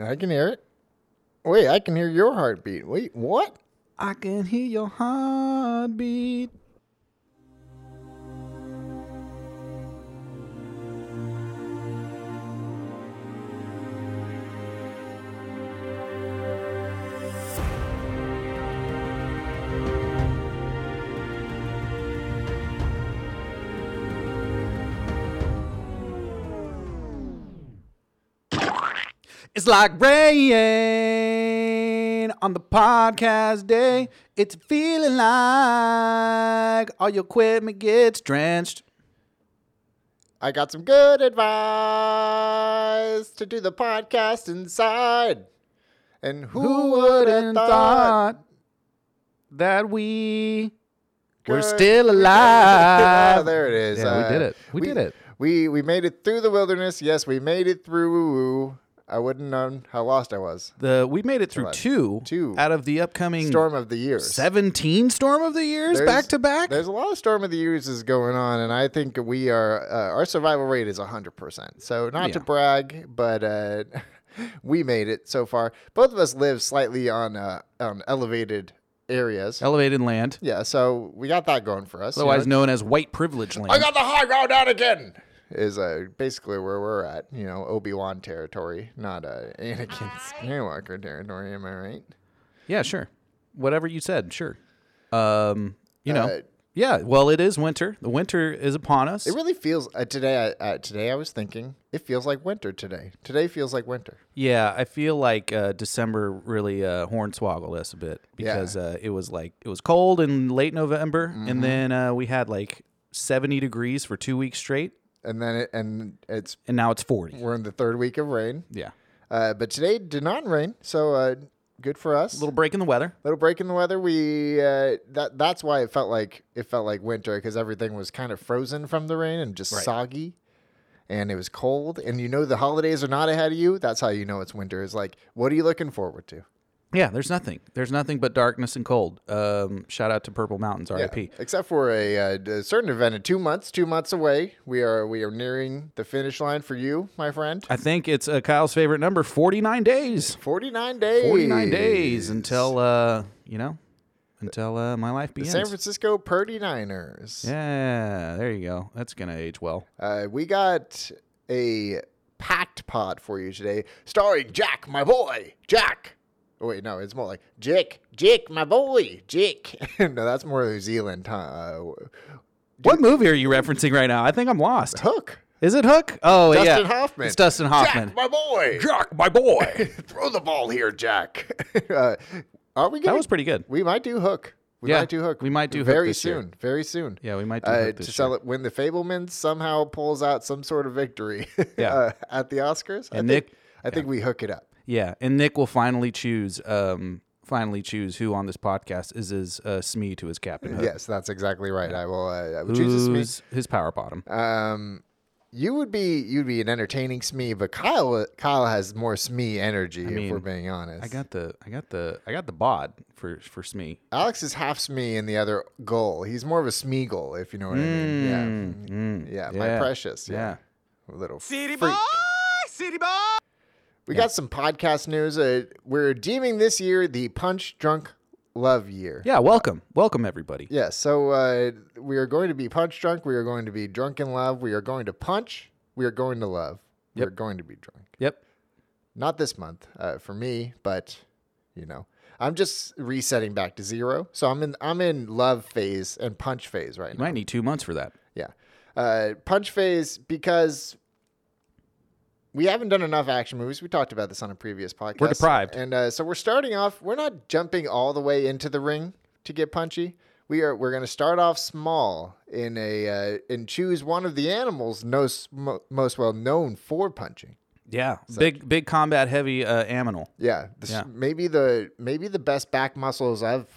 I can hear it. Wait, I can hear your heartbeat. Wait, what? I can hear your heartbeat. It's like rain on the podcast day. It's feeling like all your equipment gets drenched. I got some good advice to do the podcast inside. And who, Who would have wouldn't thought? thought that we were Good. still Ah, alive? there it is. Yeah, we Uh, did it. We, did it. We we made it through the wilderness. Yes, we made it through. I wouldn't known how lost I was. The we made it through Alive. two, Two. out of the upcoming Storm of the years. seventeen storm of the years There's- back to back. There's a lot of storm of the years is going on, and I think we are uh, our survival rate is 100. percent So not to Yeah. brag, but uh, we made it so far. Both of us live slightly on uh, on elevated areas. Elevated land, yeah, so we got that going for us. you otherwise know? known as white privilege land. I got the high ground out again. Is uh, basically where we're at, you know, Obi Wan territory, not uh, Anakin Skywalker territory. Am I right? Yeah, sure. Whatever you said, sure. Um, you know. Uh, yeah, well it is winter. The winter is upon us. It really feels uh, today. I, uh, today I was thinking it feels like winter today. Today feels like winter. yeah, I feel like uh, December really uh, hornswoggled us a bit because uh, it was like it was cold in late November Mm-hmm. and then uh, we had like 70 degrees for 2 weeks straight and then it, and it's and now it's 40. we're in the third week of rain. Yeah. Uh, but today did not rain, so uh, good for us. Little break in the weather. Little break in the weather. We uh, that that's why it felt like it felt like winter because everything was kind of frozen from the rain and just soggy, and it was cold. And you know the holidays are not ahead of you. That's how you know it's winter. Is like what are you looking forward to? Yeah, there's nothing. There's nothing but darkness and cold. Um, shout out to Purple Mountains Yeah, RIP. Except for a, uh, d- a certain event in two months. Two months away. We are we are nearing the finish line for you, my friend. I think it's uh, Kyle's favorite number 49 days. Forty nine days. 49 days until uh you know until uh my life begins San Francisco Purdy Niners. yeah there you go that's gonna age well Uh, we got a packed pod for you today, starring Jack, my boy, Jack. Oh, wait, no, it's more like Jick, Jick, my boy, Jick. no, that's more New Zealand. Huh? Uh, what movie are you referencing right now i think i'm lost Hook. is it hook oh yeah Dustin Hoffman. it's dustin hoffman Jack, my boy. Jack, my boy Throw the ball here, Jack. uh, are we that going was pretty good We might do Hook. We Yeah, might do Hook. we might do Hook very this year. soon. Very soon. yeah we might do uh, Hook to this sell it when the Fableman somehow pulls out some sort of victory Yeah. uh, at the Oscars. And I think, Nick- I think we hook it up. year. yeah and nick will finally choose um finally choose who on this podcast is his uh smee to his captain hook. Yes, that's exactly right. I will. Uh, I will choose a Smee. Who's his power bottom Um, you would be you'd be an entertaining Smee, but Kyle Kyle has more Smee energy. if we're mean, being honest, i got the i got the i got the bod for for E. smee Alex is half Smee and the other goal. He's more of a Smeagol, if you know what I mean. Mm, Yeah, yeah, my yeah, precious. Yeah, yeah. little City freak. City boy. We got some podcast news. Uh, we're deeming this year the Punch Drunk Love year. Yeah, welcome, welcome everybody. Yeah, so uh, we are going to be punch drunk. We are going to be drunk in love. We are going to punch. We are going to love. We Yep. are going to be drunk. Yep. Not this month uh, for me, but you know, I'm just resetting back to zero. So I'm in I'm in love phase and punch phase right You now. might need two months for that. Yeah, uh, punch phase because we haven't done enough action movies. We talked about this on a previous podcast. deprived. and uh, so we're starting off. We're not jumping all the way into the ring to get punchy. We are. We're going to start off small in a uh, and choose one of the animals most most well known for punching. Yeah, big, big combat heavy uh, aminal. Yeah, this, Yeah. maybe the maybe the best back muscles of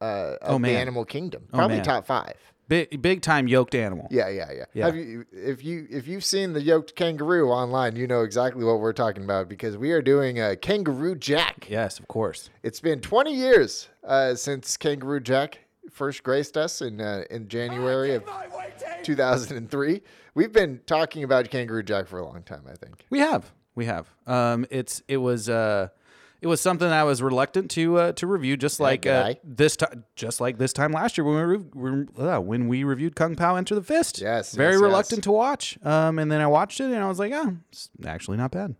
uh, of Oh, the man. animal kingdom. Probably man. top five. big, big time yoked animal. Yeah, yeah, yeah. Yeah. Have you if you if you've seen the yoked kangaroo online, you know exactly what we're talking about because we are doing a kangaroo jack. Yes, of course. It's been 20 years uh, since kangaroo jack first graced us in uh, in January of 2003. We've been talking about kangaroo jack for a long time, I think. We have, we we have. Um, it's it was uh, it was something I was reluctant to uh, to review, just like good uh, eye. this time, just like this time last year when we rev- when- uh, when we reviewed Kung Pao Enter the Fist. Yes, very yes, yes. reluctant to watch. Um, and then I watched it and I was like, oh, it's actually not bad.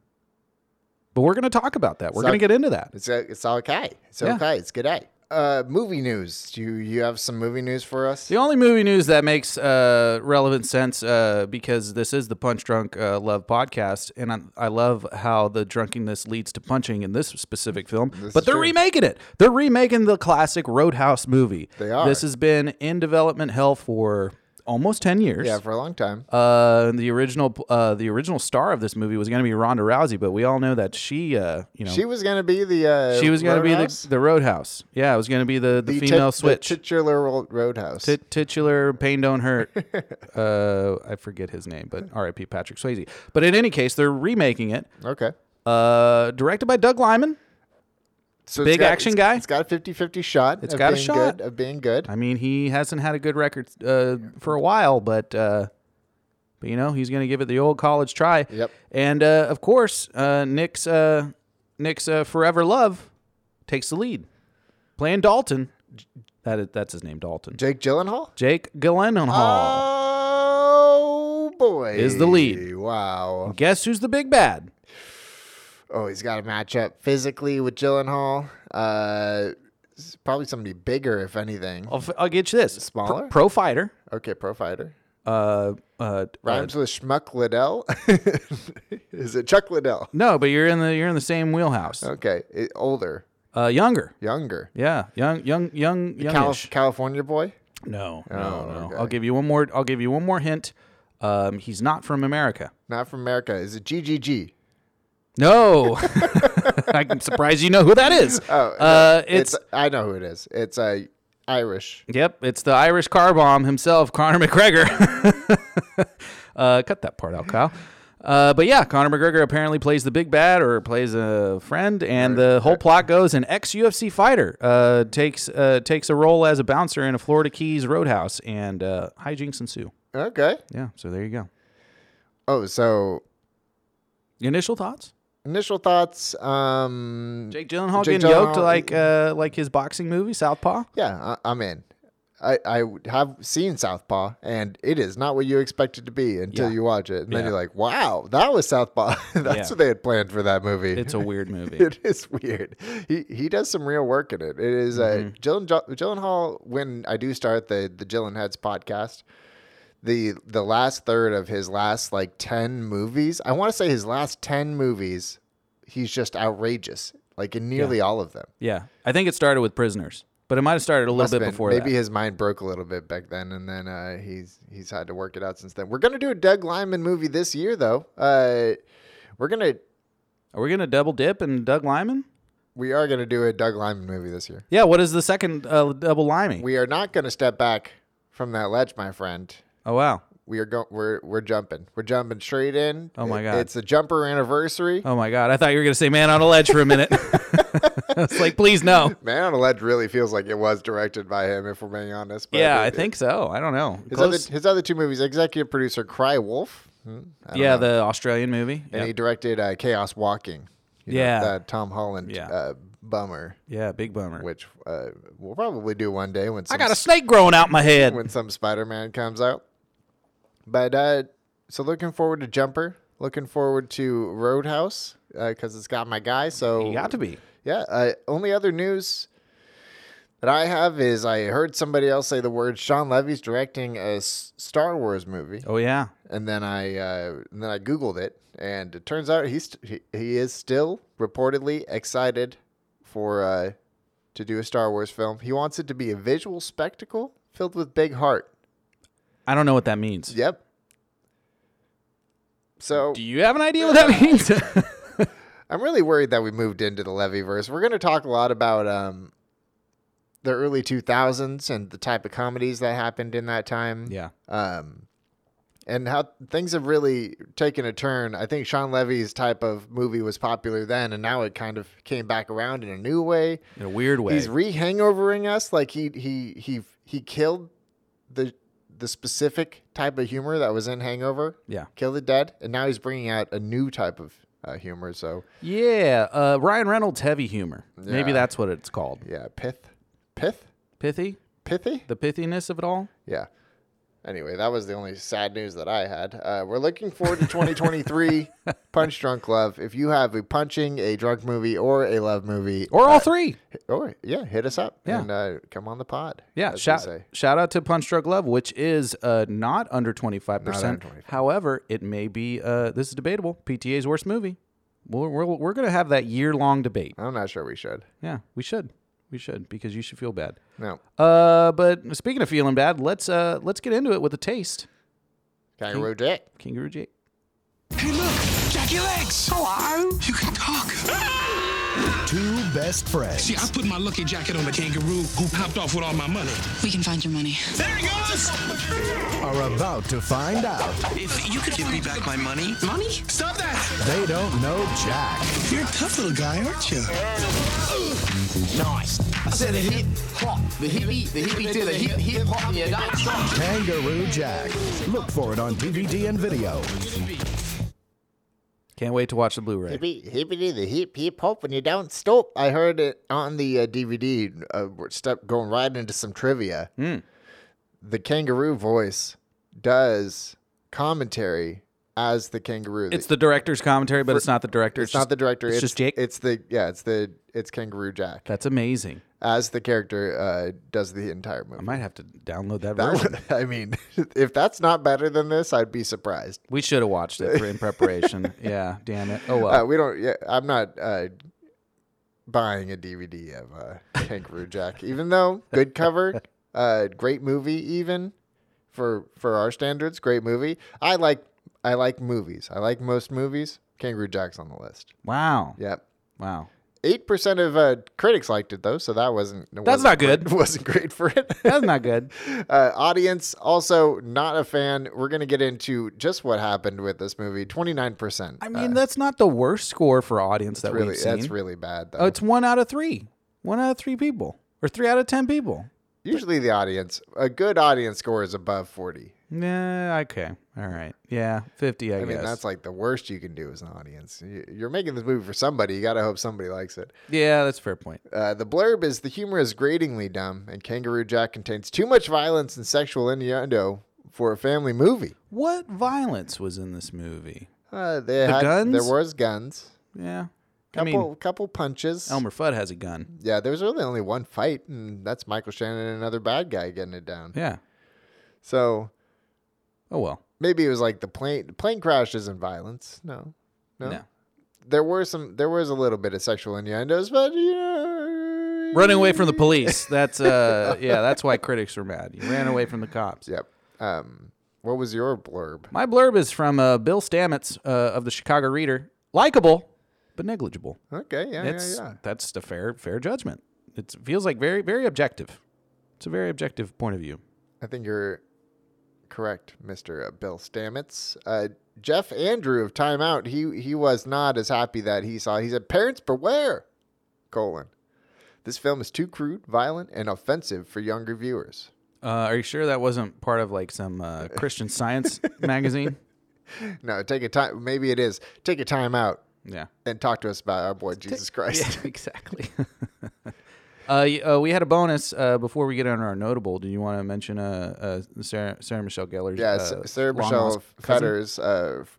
But we're gonna talk about that. We're So- gonna get into that. It's uh, it's okay. It's Yeah. okay. It's good eye. Uh, movie news. Do you, you have some movie news for us? The only movie news that makes uh, relevant sense uh, because this is the Punch Drunk uh, Love podcast, and I, I love how the drunkenness leads to punching in this specific film. but is they're true. remaking it. They're remaking the classic Roadhouse movie. They are. This has been in development hell for almost ten years. Yeah, for a long time. Uh, the original, uh, the original star of this movie was going to be Ronda Rousey, but we all know that she, uh, you know, She was gonna be the. Uh, she was going to be Roadhouse? the, the Roadhouse. Yeah, it was going to be the, the, The female tit- switch the titular ro- Roadhouse. tit- titular pain don't hurt. uh, I forget his name, but R.I.P. Patrick Swayze. But in any case, they're remaking it. okay. Uh, directed by Doug Lyman. So Big it's got, action it's- guy? It's got a 50-50 shot. It's got a being shot. good, of being good. I mean, he hasn't had a good record uh, for a while, but uh, but you know he's going to give it the old college try. Yep. And uh, of course, uh, Nick's uh, Nick's uh, forever love takes the lead, playing Dalton. That is, that's his name, Dalton. Jake Gyllenhaal. Jake Gyllenhaal. Oh boy, Is the lead. Wow. Guess who's the big bad? Oh, he's got to match up physically with Gyllenhaal. Uh, s- probably somebody bigger, if anything. I'll, f- I'll get you this. Smaller? Pro, pro fighter. Okay, pro fighter. Uh, uh, uh, Rhymes with Schmuck Liddell. Is it Chuck Liddell? no, but you're in the you're in the same wheelhouse. Okay, it, older, Uh, younger. younger, Yeah, young, young, young, Cal- youngish. California boy. no, no, no. Oh, okay. I'll give you one more. I'll give you one more hint. Um, he's not from America. Not from America. Is it GGG? No, I'm surprised you know who that is. Oh, no, uh, it's, I know who it is. It's uh, Irish. yep, it's the Irish car bomb himself, Conor McGregor. uh, cut that part out, Kyle. Uh, but yeah, Conor McGregor apparently plays the big bad or plays a friend, and the whole plot goes: an ex UFC fighter uh, takes uh, takes a role as a bouncer in a Florida Keys roadhouse, and uh, hijinks ensue. Okay. Yeah, so there you go. Oh, so Initial thoughts: initial thoughts. Um, Jake Gyllenhaal Jake getting yoked Gyllenhaal- like uh, like his boxing movie Southpaw. Yeah, I, I'm in. I, I would have seen Southpaw, and it is not what you expect it to be until Yeah. you watch it. And then Yeah. you're like, wow, that was Southpaw. That's Yeah. what they had planned for that movie. It's a weird movie. it is weird. He he does some real work in it. It is uh, Mm-hmm. Jillen Gyllenhaal. When I do start the the Gyllen Heads podcast, the the last third of his last like ten movies, I want to say his last ten movies, he's just outrageous. Like in nearly all of them, yeah, I think it started with Prisoners, but it might have started a little Must've bit been- before maybe that. his mind broke a little bit back then, and then uh, he's he's had to work it out since then. We're gonna do a Doug Lyman movie this year, though. Uh, we're gonna Are we gonna double dip and Doug Lyman? we are gonna do a Doug Lyman movie this year. Yeah, what is the second uh, double liming? We are not going to step back from that ledge, my friend. oh wow. We are going. We're we're jumping. We're jumping straight in. Oh my It- God. It's the jumper anniversary. Oh my god, I thought you were gonna say man on a ledge for a minute. it's like please no. Man on a ledge really feels like it was directed by him, if we're being honest. But Yeah, it- I think so. I don't know. his other, Close. his other two movies, executive producer Cry Wolf, hmm, I don't yeah, know. the Australian movie. and Yeah. he directed uh, Chaos Walking. you know, Yeah. that Tom Holland Yeah. uh, bummer, yeah, big bummer. which uh, we'll probably do one day when some I got a snake growing out my head. when some Spider-Man comes out. But uh, so looking forward to Jumper. Looking forward to Roadhouse because it's got my guy. So You got to be. yeah. Uh, only other news that I have is I heard somebody else say the word Sean Levy's directing a S- Star Wars movie, Oh yeah. and then I uh, and then I googled it, and it turns out he's he, he is still reportedly excited for uh, to do a Star Wars film. He wants it to be a visual spectacle filled with big heart. I don't know what that means. Yep. So Do you have an idea what that means? I'm really worried that we moved into the Levyverse. We're going to talk a lot about um, the early 2000s and the type of comedies that happened in that time. yeah. Um, and how things have really taken a turn. I think Sean Levy's type of movie was popular then, and now it kind of came back around in a new way. In a weird way. He's rehangovering us. Like he he he he killed the the specific type of humor that was in Hangover. yeah. Kill the Dead, and now he's bringing out a new type of uh, humor. So Yeah, uh, Ryan Reynolds heavy humor. Maybe Yeah. that's what it's called. yeah, pith, pith, Pithy, pithy. the pithiness of it all. Yeah. Anyway, that was the only sad news that I had. Uh, we're looking forward to 2023 Punch Drunk Love. If you have a punching, a drunk movie, or a love movie, Or all three. or yeah, hit us up Yeah. and uh, come on the pod. Yeah, as we shout, say. shout out to Punch Drug Love, which is uh, not under 25%. Not under 25. However, it may be, uh, this is debatable, PTA's worst movie. We're, we're, we're going to have that year long debate. I'm not sure we should. Yeah, we should. We should, because you should feel bad. No, Uh, but speaking of feeling bad, let's uh, let's get into it with a taste. kangaroo dick. Kangaroo Jake. Hey, look, Jackie Legs. Hello. You can talk. Two best friends. See, I put my lucky jacket on the kangaroo who popped off with all my money. We can find your money. There he goes. are about to find out If you could give me back my money, Stop that. they don't know Jack. You're a tough little guy, aren't you? Kangaroo Jack. Look for it on DVD and video. Can't wait to watch the Blu-ray. Hippy, hippity the hip hip hop when you don't stop. I heard it on the uh, DVD. Uh, we're step going right into some trivia. Hmm. The kangaroo voice does commentary as the kangaroo. It's the director's commentary, but it's not the director. it's not the director. It's, just Jake. It's the yeah. It's the it's Kangaroo Jack That's amazing. as the character uh, does the entire I movie. might have to download that, That version. one- I mean, if that's not better than this, I'd be surprised. We should have watched it for, in preparation. yeah, damn it. Oh well. Uh, we don't. Yeah, I'm not uh, buying a DVD of uh, Kangaroo Jack, even though good cover, uh, great movie, even for for our standards, great movie. I like I like movies. I like most movies. Kangaroo Jack's on the list. wow. Yep. Wow. Eight percent of uh, critics liked it though, so that wasn't That's wasn't not good. great- wasn't great for it. That's not good. uh, audience also not a fan. We're gonna get into just what happened with this movie. Twenty nine percent. I mean, that's not the worst score for audience that Uh, really we've seen. that's really bad though. oh, it's one out of three. One out of three people, or three out of ten people. Usually the audience, a good audience score is above forty. Yeah. Okay. All right. Yeah. Fifty. I, I guess. mean, that's like the worst you can do as an audience. You- You're making this movie for somebody. You gotta hope somebody likes it. yeah. That's a fair point. Uh, the blurb is the humor is gratingly dumb, and Kangaroo Jack contains too much violence and sexual innuendo for a family movie. What violence was in this movie? Uh, they had, There guns? was guns. Yeah. I Couple, mean, couple punches. Elmer Fudd has a gun. Yeah, there was really only one fight, and that's Michael Shannon and another bad guy getting it down. Yeah. So Oh well. maybe it was like the plane plane crash isn't violence. No, no. No. There were some. There was a little bit of sexual innuendos, but you know, Running away from the police. That's uh. yeah. That's why critics were mad. You ran away from the cops. Yep. Um, what was your blurb? My blurb is from uh, Bill Stamets uh, of the Chicago Reader. Likable, but negligible. Okay. Yeah. That's yeah. Yeah. that's a fair fair judgment. It feels like very very objective. It's a very objective point of view. I think you're correct, Mister uh, Bill Stamets. Uh, Jeff Andrew of Time Out. He he was not as happy that he saw. He said, "Parents beware." Colon. This film is too crude, violent, and offensive for younger viewers. Uh, are you sure that wasn't part of like some uh, Christian Science magazine? No, take a time. Maybe it is. Take a time out Yeah. and talk to us about our boy Jesus Christ. exactly. uh, y- uh, we had a bonus uh, before we get into our notable. Do you want to mention uh, uh, Sarah, Sarah Michelle Gellar's? Yeah, S- uh, Sarah long Michelle lost cousin? Fetter's uh, f-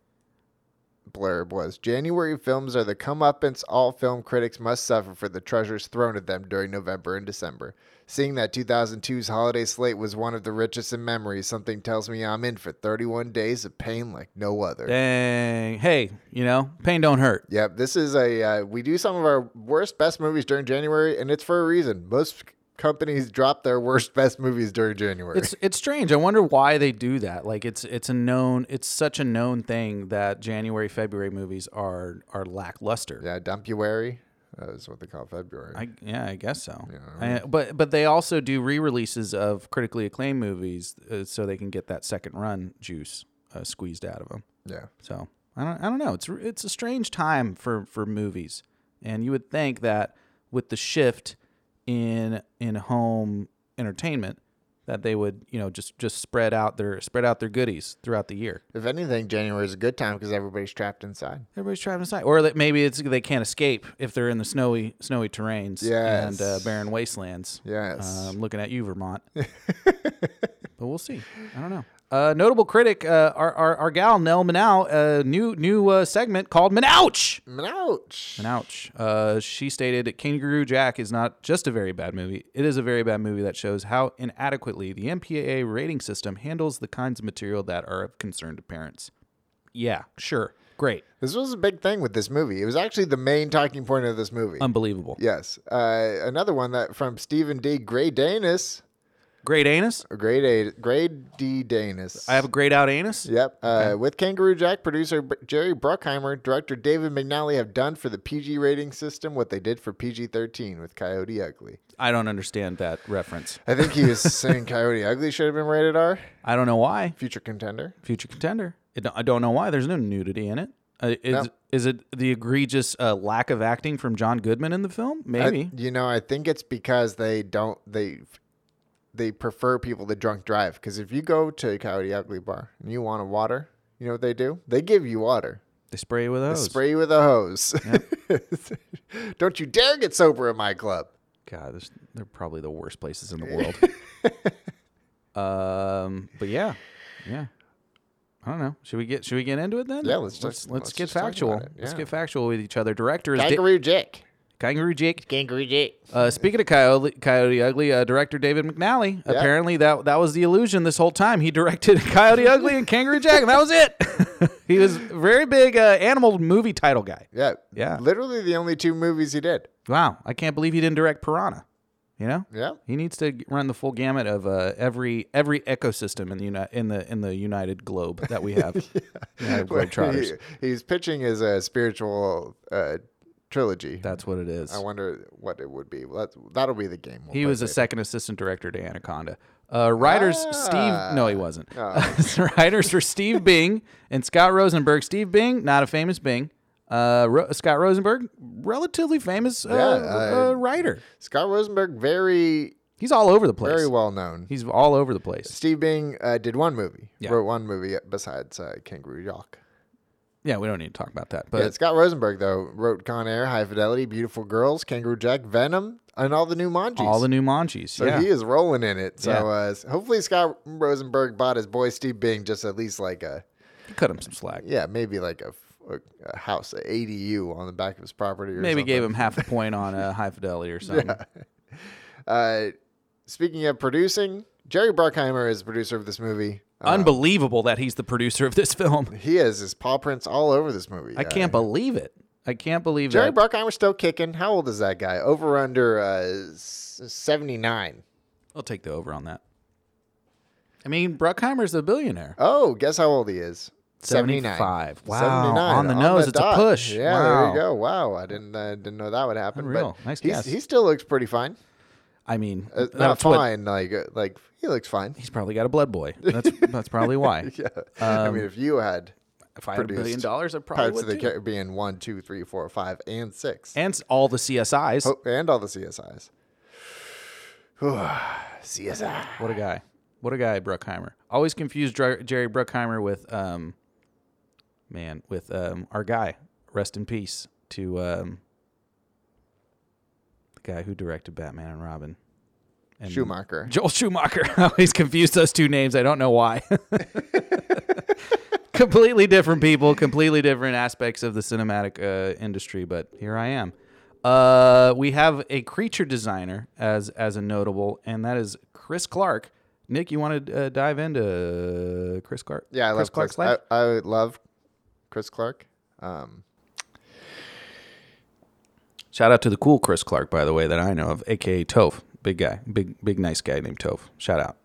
blurb was January films are the comeuppance all film critics must suffer for the treasures thrown at them during November and December. Seeing that 2002's holiday slate was one of the richest in memories, something tells me I'm in for 31 days of pain like no other. Dang. Hey, you know, pain don't hurt. Yep, this is a uh, we do some of our worst best movies during January, and it's for a reason. Most c- companies drop their worst best movies during January. It's it's strange. I wonder why they do that. Like it's it's a known it's such a known thing that January February movies are are lackluster. yeah, Dumpuary. That is what they call February. I, yeah, I guess so. I- but but they also do re-releases of critically acclaimed movies uh, so they can get that second run juice uh, squeezed out of them. yeah. So I don't I don't know. It's r- it's a strange time for for movies, and you would think that with the shift in in home entertainment that they would you know just just spread out their spread out their goodies throughout the year. If anything, January is a good time because everybody's trapped inside. Everybody's trapped inside, or that maybe it's they can't escape if they're in the snowy snowy terrains and uh, Yes. barren wastelands. Yes. Uh, I'm looking at you, Vermont. but we'll see. I don't know. Uh, notable critic, uh, our, our our gal Nell Manow, uh, new new uh, segment called Manouch. Ouch. And ouch. Uh, she stated that Kangaroo Jack is not just a very bad movie, it is a very bad movie that shows how inadequately the MPAA rating system handles the kinds of material that are of concern to parents. Yeah, sure. Great. This was a big thing with this movie. It was actually the main talking point of this movie. Unbelievable. yes. Uh, another one that from Stephen D. Gray Danis. Great anus. Or Grade A. Grade D. Danis. I have a grayed out anus. Yep. Uh, With Kangaroo Jack, producer B- Jerry Bruckheimer, director David McNally have done for the PG rating system what they did for PG 13 with Coyote Ugly. I don't understand that reference. I think he was saying Coyote Ugly should have been rated R. I don't know why. Future contender. Future contender. It, I don't know why. There's no nudity in it. Uh, is, No. is it the egregious uh, lack of acting from John Goodman in the film? I- Maybe. you know, I think it's because they don't they they prefer people to drunk drive. Because if you go to Coyote Ugly Bar and you want a water, you know what they do? They give you water. they spray with They those. spray you with a hose. don't you dare get sober in my club. God, this, they're probably the worst places in the world. um, but yeah, yeah. I don't know. Should we get Should we get into it then? Yeah, let's just- let's, let's get just talk about factual. it, Let's yeah. get factual with each other. Director is Da- Kangaroo Jack. Kangaroo Jake. Kangaroo Jack. Uh, speaking of Coyote, Coyote Ugly, uh, director David McNally. Apparently that that was the illusion this whole time. He directed Coyote Ugly and Kangaroo Jack, and that was it. he was very big uh, animal movie title guy. Yeah. Yeah. Literally the only two movies he did. Wow, I can't believe he didn't direct Piranha. You know? Yeah. He needs to g- run the full gamut of uh, every every ecosystem in the uni- in the in the united globe that we have. United globe trotters. He- he's pitching his uh, spiritual uh, trilogy. That's what it is. I wonder what it would be. That's, that'll be the game. we'll he play was a later. second assistant director to Anaconda. Uh, writers Steve, Ah. no, he wasn't. writers were Steve Bing and Scott Rosenberg. Steve Bing, not a famous Bing. Uh, Ro- Scott Rosenberg, relatively famous uh, Yeah, uh, writer. Scott Rosenberg, very He's all over the place. very well known. He's all over the place. Steve Bing uh, did one movie, Yeah. wrote one movie besides uh, Kangaroo Jack. Yeah, we don't need to talk about that. But Yeah, Scott Rosenberg though wrote Con Air, High Fidelity, Beautiful Girls, Kangaroo Jack, Venom, and all the new Manjis. all the new Monchis. so yeah. he is rolling in it. So Yeah. uh, s- hopefully Scott Rosenberg bought his boy Steve Bing just at least like a cut him some slack. yeah maybe like a, f- a- a house, an ADU on the back of his property. Or Maybe something. gave him half a point on a high fidelity or something. Uh, speaking of producing, Jerry Bruckheimer is the producer of this movie. Uh, Unbelievable that he's the producer of this film. he has his paw prints all over this movie. I Uh, can't believe it. I can't believe Jerry that. Bruckheimer's still kicking. How old is that guy? Over under uh, seventy nine. I'll take the over on that. I mean, Bruckheimer's a billionaire. Oh, guess how old he is. 79. 75. Wow. On the nose, it's a dot. push. Yeah, there Wow. you go. Wow, I didn't, I didn't know that would happen. Unreal. But Nice he's- guess. He still looks pretty fine. I mean, Uh, that's not what- fine, like uh, like he looks fine. he's probably got a blood boy. That's that's probably why. Yeah. I mean, if you had If Um, I had a billion produced dollars, I probably Pirates would of the too. Caribbean one, two, three, four, five, and six. And s- all the CSIs. Oh, and all the CSIs. CSI. What a guy. What a guy, Bruckheimer. Always confused Dr- Jerry Bruckheimer with, um, man, with um, our guy. Rest in peace to um, the guy who directed Batman and Robin. And Schumacher. Joel Schumacher. I always confused those two names. I don't know why. completely different people, completely different aspects of the cinematic uh, industry, but here I am. Uh, we have a creature designer as as a notable, and that is Chris Clark. Nick, you want to uh, dive into uh, Chris Clark? Yeah, I Chris love Chris. life. I, I love Chris Clark. Um, Shout out to the cool Chris Clark, by the way, that I know of, aka Toph, big guy, big big nice guy named Toph. Shout out.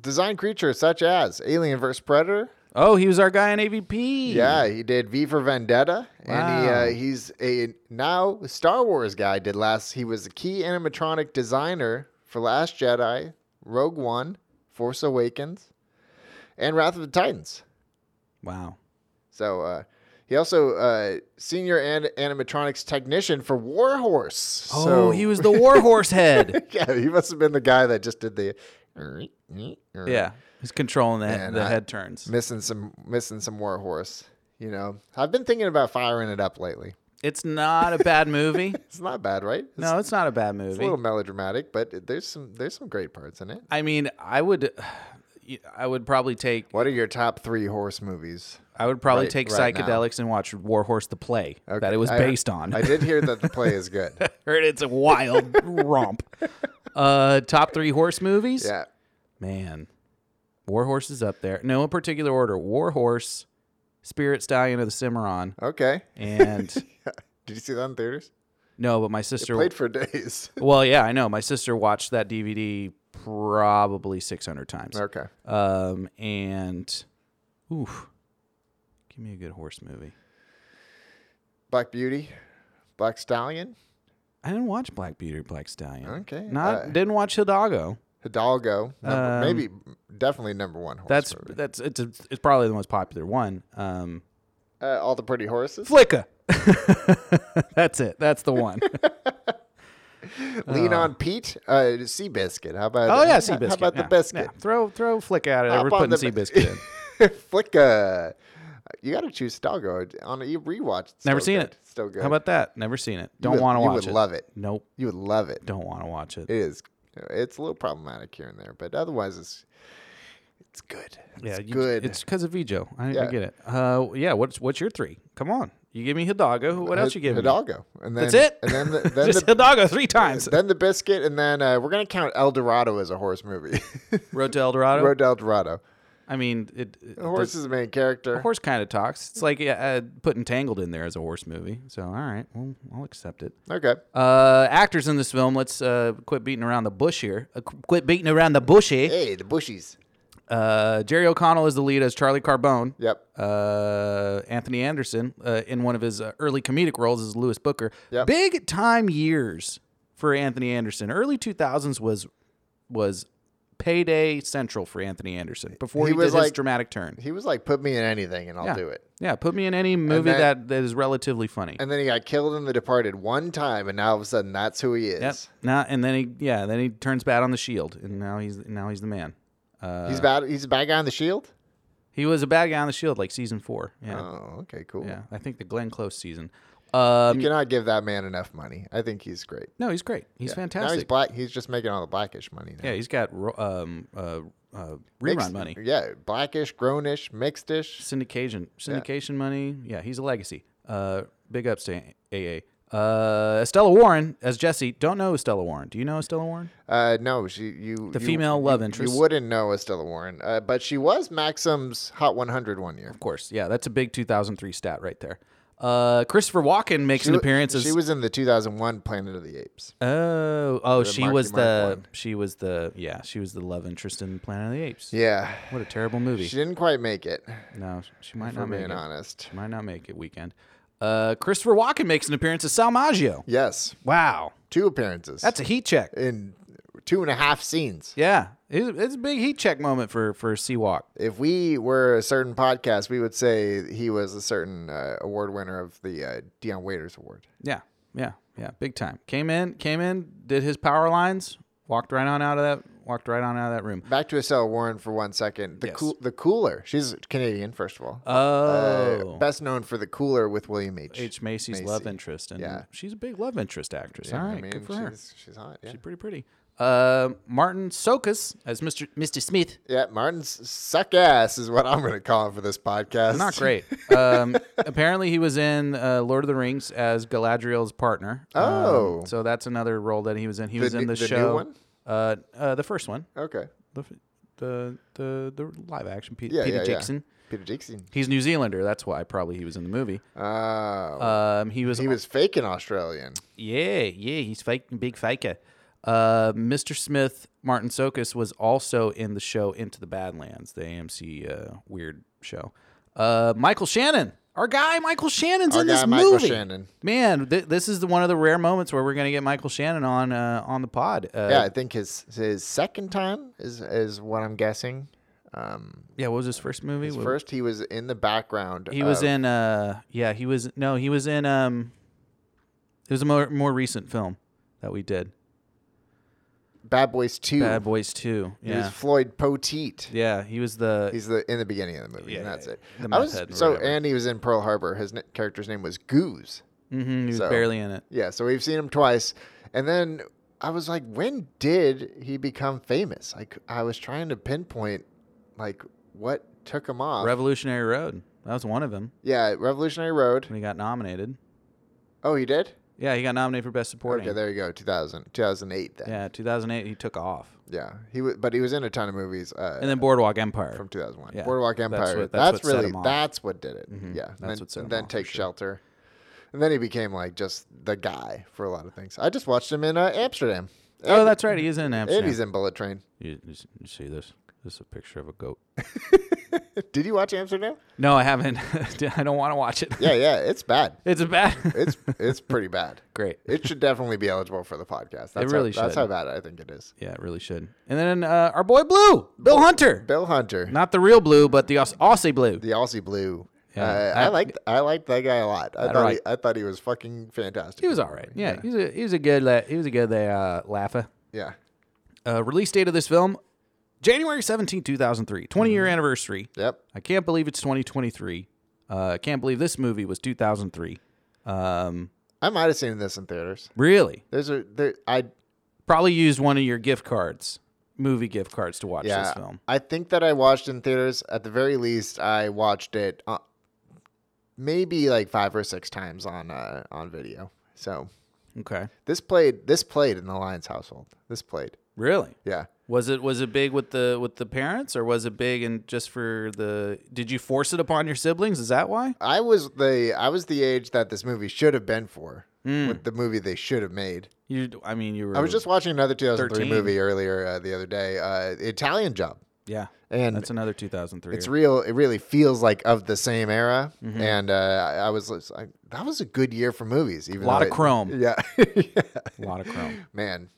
design creatures such as Alien vs. Predator. Oh, he was our guy in AVP. Yeah, he did V for Vendetta, Wow. and he uh, he's a now Star Wars guy. Did last he was a key animatronic designer for Last Jedi, Rogue One, Force Awakens, and Wrath of the Titans. Wow. So uh, He also uh, senior an- animatronics technician for Warhorse. Oh, so, he was the warhorse head. yeah, he must have been the guy that just did the yeah, he's controlling the, Man, the I- head turns. missing some missing some Warhorse. You know, I've been thinking about firing it up lately. It's not a bad movie. It's not bad, right? It's, no, it's not a bad it's a movie. little melodramatic, but there's some there's some great parts in it. I mean, I would, I would probably take, What are your top three horse movies? I would probably Right- take right now. psychedelics and watch Warhorse the play that it was I- based on. I did hear that the play is good. heard it's a wild romp. Uh, top three horse movies. Yeah. man, Warhorse is up there. No, in particular order: Warhorse, Spirit Stallion of the Cimarron, Okay. and Did you see that in theaters? no, but my sister. Played for days. well, yeah, I know. My sister watched that DVD probably six hundred times. okay. Um, and oof, give me a good horse movie. Black Beauty, Black Stallion, I didn't watch Black Beauty or Black Stallion. Okay, Not uh, didn't watch Hidalgo. Hidalgo, number, Um, maybe definitely number one horse. That's movie. that's it's a, it's probably the most popular one. Um uh, all the pretty horses. Flicka. that's it. That's the one. Lean on Pete, uh, Seabiscuit. How about oh yeah, how- Seabiscuit. How about yeah, the biscuit? yeah. Throw throw Flicka at it. Hop We're on putting the- Seabiscuit in. Flicka. You got to choose Hidalgo on a rewatch. It's Never still seen good. it. It's Still good. How about that? Never seen it. Don't would- want to you watch it. would love it. Nope. you would love it. Don't want to watch it. It is. It's a little problematic here and there, but otherwise it's it's good. It's yeah, Uh, you, good. It's because of Vijo. I, I Yeah. get it. Uh, yeah. What's what's your three? Come on. You give me Hidalgo. What else you give me? Hidalgo, and then That's it. and then the, then, Just the, Hidalgo three times. then the biscuit, and then uh, we're gonna count El Dorado as a horse movie. Road to El Dorado. Road to El Dorado. I mean, it. it The horse is the main character. the horse kind of talks. It's like uh, uh, putting Tangled in there as a horse movie. So all right, well, I'll accept it. Okay. Uh, actors in this film. Let's uh, quit beating around the bush here. Uh, qu- quit beating around the bushy. Hey, the bushies. Uh, Jerry O'Connell is the lead as Charlie Carbone. Yep. Uh, Anthony Anderson uh, in one of his uh, early comedic roles is Lewis Booker. Yep. Big time years for Anthony Anderson. Early two thousands was was payday central for Anthony Anderson before he, He was did his like- dramatic turn. He was like, "Put me in anything, and I'll yeah. do it." Yeah, put me in any movie then- that, that is relatively funny. And then he got killed in The Departed one time, and now all of a sudden that's who he is. Now and then he yeah then he turns bad on the shield and now he's now he's the man. Uh, he's bad. He's a bad guy on the Shield. He was a bad guy on the shield like season four. Yeah, Oh, okay, cool. yeah. I think the Glenn Close season. Um, You cannot give that man enough money. I think he's great. no, he's great. He's fantastic. Now he's black. He's just making all the blackish money. Now. yeah, he's got ro- um uh, uh rerun Mixed- money, Yeah, blackish, grownish, mixedish. syndication syndication money. Yeah, he's a legacy. Uh, big ups to AA. Uh, Estella Warren as Jesse. Don't know Estella Warren. Do you know Estella Warren? Uh, no, she you The you- female love you- interest. You wouldn't know Estella Warren, uh, but she was Maxim's Hot 100 one year. Of course. Yeah, that's a big 2003 stat right there. Uh, Christopher Walken makes an She- appearance as She was in the 2001 Planet of the Apes. Oh, oh, she Marky was Mark the one. she was the yeah, she was the love interest in Planet of the Apes. Yeah, What a terrible movie. she didn't quite make it. no, she might For not make being it. honest, She might not make it weekend. Uh, Christopher Walken makes an appearance as Sal Maggio. yes, Wow, two appearances. that's a heat check. in two and a half scenes. Yeah, it's, it's a big heat check moment for for Seawalk. If we were a certain podcast, we would say he was a certain uh, award winner of the uh, Dion Waiters Award. Yeah, yeah, yeah, big time. Came in, came in, did his power lines, walked right on out of that, walked right on out of that room. Back to Estella Warren for one second. The Yes. cool, the cooler. She's Canadian, first of all. Uh, Oh, best known for the cooler with William H. H. Macy's Macy. love interest, and Yeah. she's a big love interest actress. Yeah, All right, I mean, good for she's, her. She's hot. Yeah. She's pretty pretty. Uh, Martin Sokas as Mr. Mr. Smith. yeah, Martin's suck ass is what I'm going to call him for this podcast. Not great. Um, apparently, he was in uh, Lord of the Rings as Galadriel's partner. Um, Oh. so that's another role that he was in. He was in new- the, the new show. one? Uh, uh, the first one, Okay. the f- the the, the live action Pe- Yeah, Peter yeah, Jackson. yeah. Peter Jackson. He's New Zealander. That's why probably he was in the movie. Oh, Um, he was he was faking Australian. Yeah, yeah, he's fake, big faker. Uh, Mr. Smith, Martin Sokas was also in the show Into the Badlands, the AMC uh, weird show. Uh, Michael Shannon, our guy Michael Shannon's Our in guy, this Michael movie. Shannon. Man, th- this is the, one of the rare moments where we're gonna get Michael Shannon on uh, on the pod. Uh, Yeah, I think his his second time is is what I'm guessing. Yeah, what was his first movie? What- First, he was in the background. he was of- in. Uh, yeah, he was. No, he was in. Um, it was a more more recent film that we did. Bad Boys Two. Bad Boys Two. He was Yeah, Floyd Poteet. yeah, he was the. He's the in the beginning of the movie, Yeah, and yeah, that's it. yeah. The I was, meth head or so, whatever. and he was in Pearl Harbor. His n- character's name was Goose. mhm, he was so- barely in it. Yeah, so we've seen him twice, and then I was like, when did he become famous? Like, I was trying to pinpoint, like, what took him off. Revolutionary Road. That was one of them yeah, Revolutionary Road. when he got nominated. Oh, he did. Yeah, he got nominated for best supporting. Okay, there you go. 2000, 2008 Then. yeah, 2008. He took off, Yeah, he was, but he was in a ton of movies. Uh, and then Boardwalk Empire. from 2001, yeah, Boardwalk that's Empire. That's, what- that's what set really him off. Mm-hmm. that's what did it. Yeah, and that's then, what set and him then off, for Take sure. Shelter, and then he became like just the guy for a lot of things. I just watched him in uh, Amsterdam. oh, And- that's right. He is in and Amsterdam. he's in Bullet Train. You, you s- you see this? This is a picture of a goat. Did you watch Amsterdam? No, I haven't. I don't want to watch it. Yeah, yeah, it's bad. It's a bad. It's it's pretty bad. Great. It should definitely be eligible for the podcast. That's really how, That's should. how bad I think it is. yeah, it really should. And then uh, our boy Blue, Bill Hunter. Bill Hunter, Not the real Blue, but the Aus- Aussie Blue. the Aussie Blue. Yeah, uh, I- I liked I liked that guy a lot. I That thought right. he, I thought he was fucking fantastic. He was all right. Yeah, he's a he's a good la- he was a good uh, laugher. yeah. Uh, release date of this film, January 17, 2003. 20 year anniversary. Yep. I can't believe it's 2023. Uh, I can't believe this movie was 2003. Um, I might have seen this in theaters. really? There's a there I Probably used one of your gift cards, movie gift cards, to watch this film. I think that I watched in theaters. At the very least, I watched it uh, maybe like five or six times on uh, on video. So Okay. this played this played in the Lions household. This played, Really? yeah. Was it was it big with the with the parents or was it big and just for the did you force it upon your siblings? Is that why? I was the I was the age that this movie should have been for. Hmm. With the movie they should have made. You I mean you were I was just watching another 2003 13. movie earlier uh, the other day, uh, Italian Job. Yeah. And That's another 2003. it's real it really feels like of the same era Mm-hmm. and uh, I, I was just like that was a good year for movies even Lot though of it- chrome. yeah, a lot of chrome. man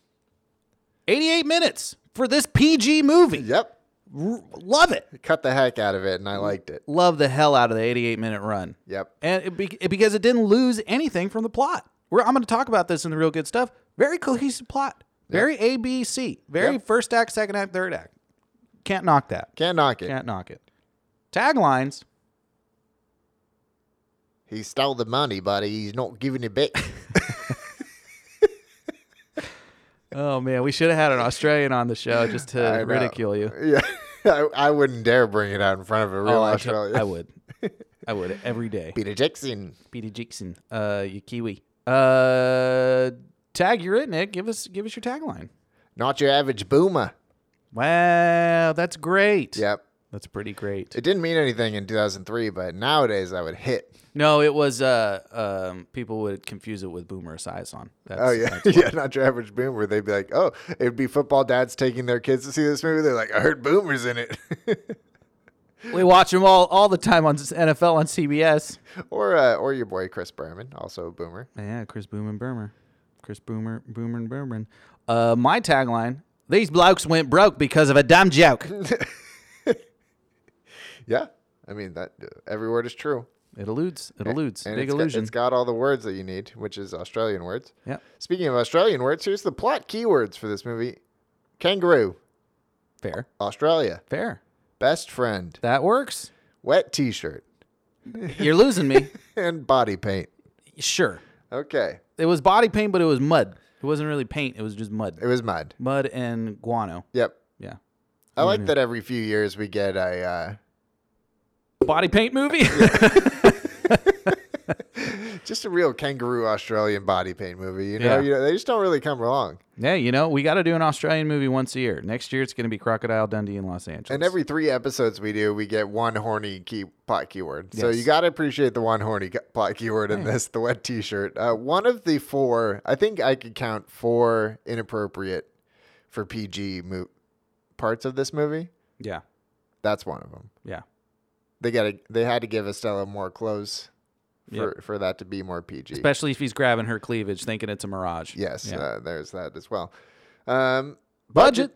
88 minutes for this PG movie. yep R- love it. cut the heck out of it and Mm-hmm. i liked it Love the hell out of the 88 minute run. yep And it be- it- because it didn't lose anything from the plot. We're, I'm going to talk about this in the real good stuff. Very cohesive plot. Very A B C. Very Yep. first act, second act, third act. Can't knock that. can't knock it Can't knock it. Taglines. he stole the money but he's not giving it back Oh man, we should have had an Australian on the show just I to know. ridicule you. yeah I, I wouldn't dare bring it out in front of a real Oh, I t- australian I would. I would every day. peter jackson Peter Jackson, uh, you Kiwi. Uh, tag you're it, Nick. Give us give us your tagline. not your average boomer Wow, that's great. yep that's pretty great. it didn't mean anything in 2003 but nowadays i would hit no, it was uh, um, people would confuse it with Boomer Esiason. That's, Oh yeah, yeah. Not your average boomer. They'd be like, "Oh, it'd be football dads taking their kids to see this movie." They're like, "I heard boomers in it," we watch them all all the time on s- NFL on CBS. or uh, or your boy Chris Berman, also a boomer. Yeah, Chris Boom and Burmer. Chris Boomer, Boomer and Burmer. Uh, my tagline: These blokes went broke because of a dumb joke. Yeah, I mean that uh, every word is true. it eludes. It eludes. And Big it's got- illusion. it's got all the words that you need, which is Australian words. yeah. Speaking of Australian words, here's the plot keywords for this movie: kangaroo, Fair. Australia, Fair. best friend, That works. wet T-shirt, You're losing me. and body paint. sure. Okay, It was body paint, but it was mud. It wasn't really paint. It was just mud. it was mud. Mud and guano. Yep. Yeah. I Mm. like that every few years we get a uh, Body paint movie? just a real kangaroo Australian body paint movie. You know, Yeah. you know they just don't really come along. yeah, you know, we got to do an Australian movie once a year. Next year, it's going to be Crocodile Dundee in Los Angeles. And every three episodes we do, we get one horny key plot keyword. So you Yes. got to appreciate the one horny co- plot keyword in this, the wet T-shirt. Uh, one of the four, I think I could count four inappropriate for PG mo- parts of this movie. yeah. That's one of them. Yeah. They got to they had to give Estella more clothes for Yep. for that to be more PG. Especially if he's grabbing her cleavage, thinking it's a mirage. yes, Yeah. uh, there's that as well. Um, Budget.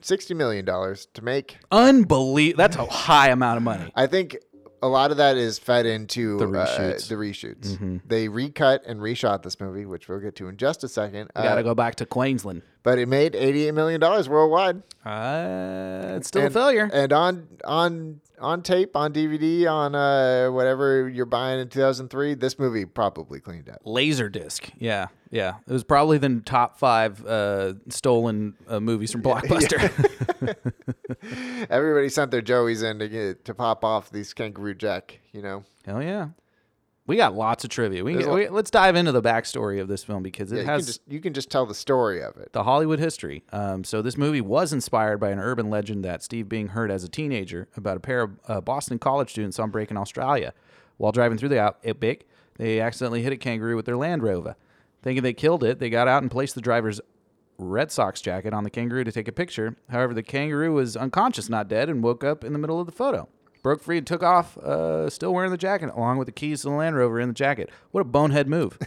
sixty million dollars to make. Unbelievable. That's a high amount of money. I think a lot of that is fed into The uh, reshoots. Mm-hmm. the reshoots. They recut and reshot this movie, which we'll get to in just a second. Uh, Gotta go back to Queensland. But it made eighty-eight million dollars worldwide. Uh, it's still and, a failure. And on on on tape, on DVD, on uh, whatever you're buying in 2003, this movie probably cleaned up. Laserdisc. Yeah, yeah. It was probably the top five uh, stolen uh, movies from Blockbuster. Everybody sent their joeys in to get to pop off these Kangaroo Jack. You know, Hell yeah. We got lots of trivia. We, There's a we, let's dive into the backstory of this film because Yeah, it you can has just you can just tell the story of it. the Hollywood history. Um, so this movie was inspired by an urban legend that Steve Bing heard as a teenager about a pair of uh, Boston college students on break in Australia. While driving through the outback, they accidentally hit a kangaroo with their Land Rover. Thinking they killed it, they got out and placed the driver's Red Sox jacket on the kangaroo to take a picture. However, the kangaroo was unconscious, not dead, and woke up in the middle of the photo. Broke free and took off, uh, still wearing the jacket, along with the keys to the Land Rover in the jacket. What a bonehead move!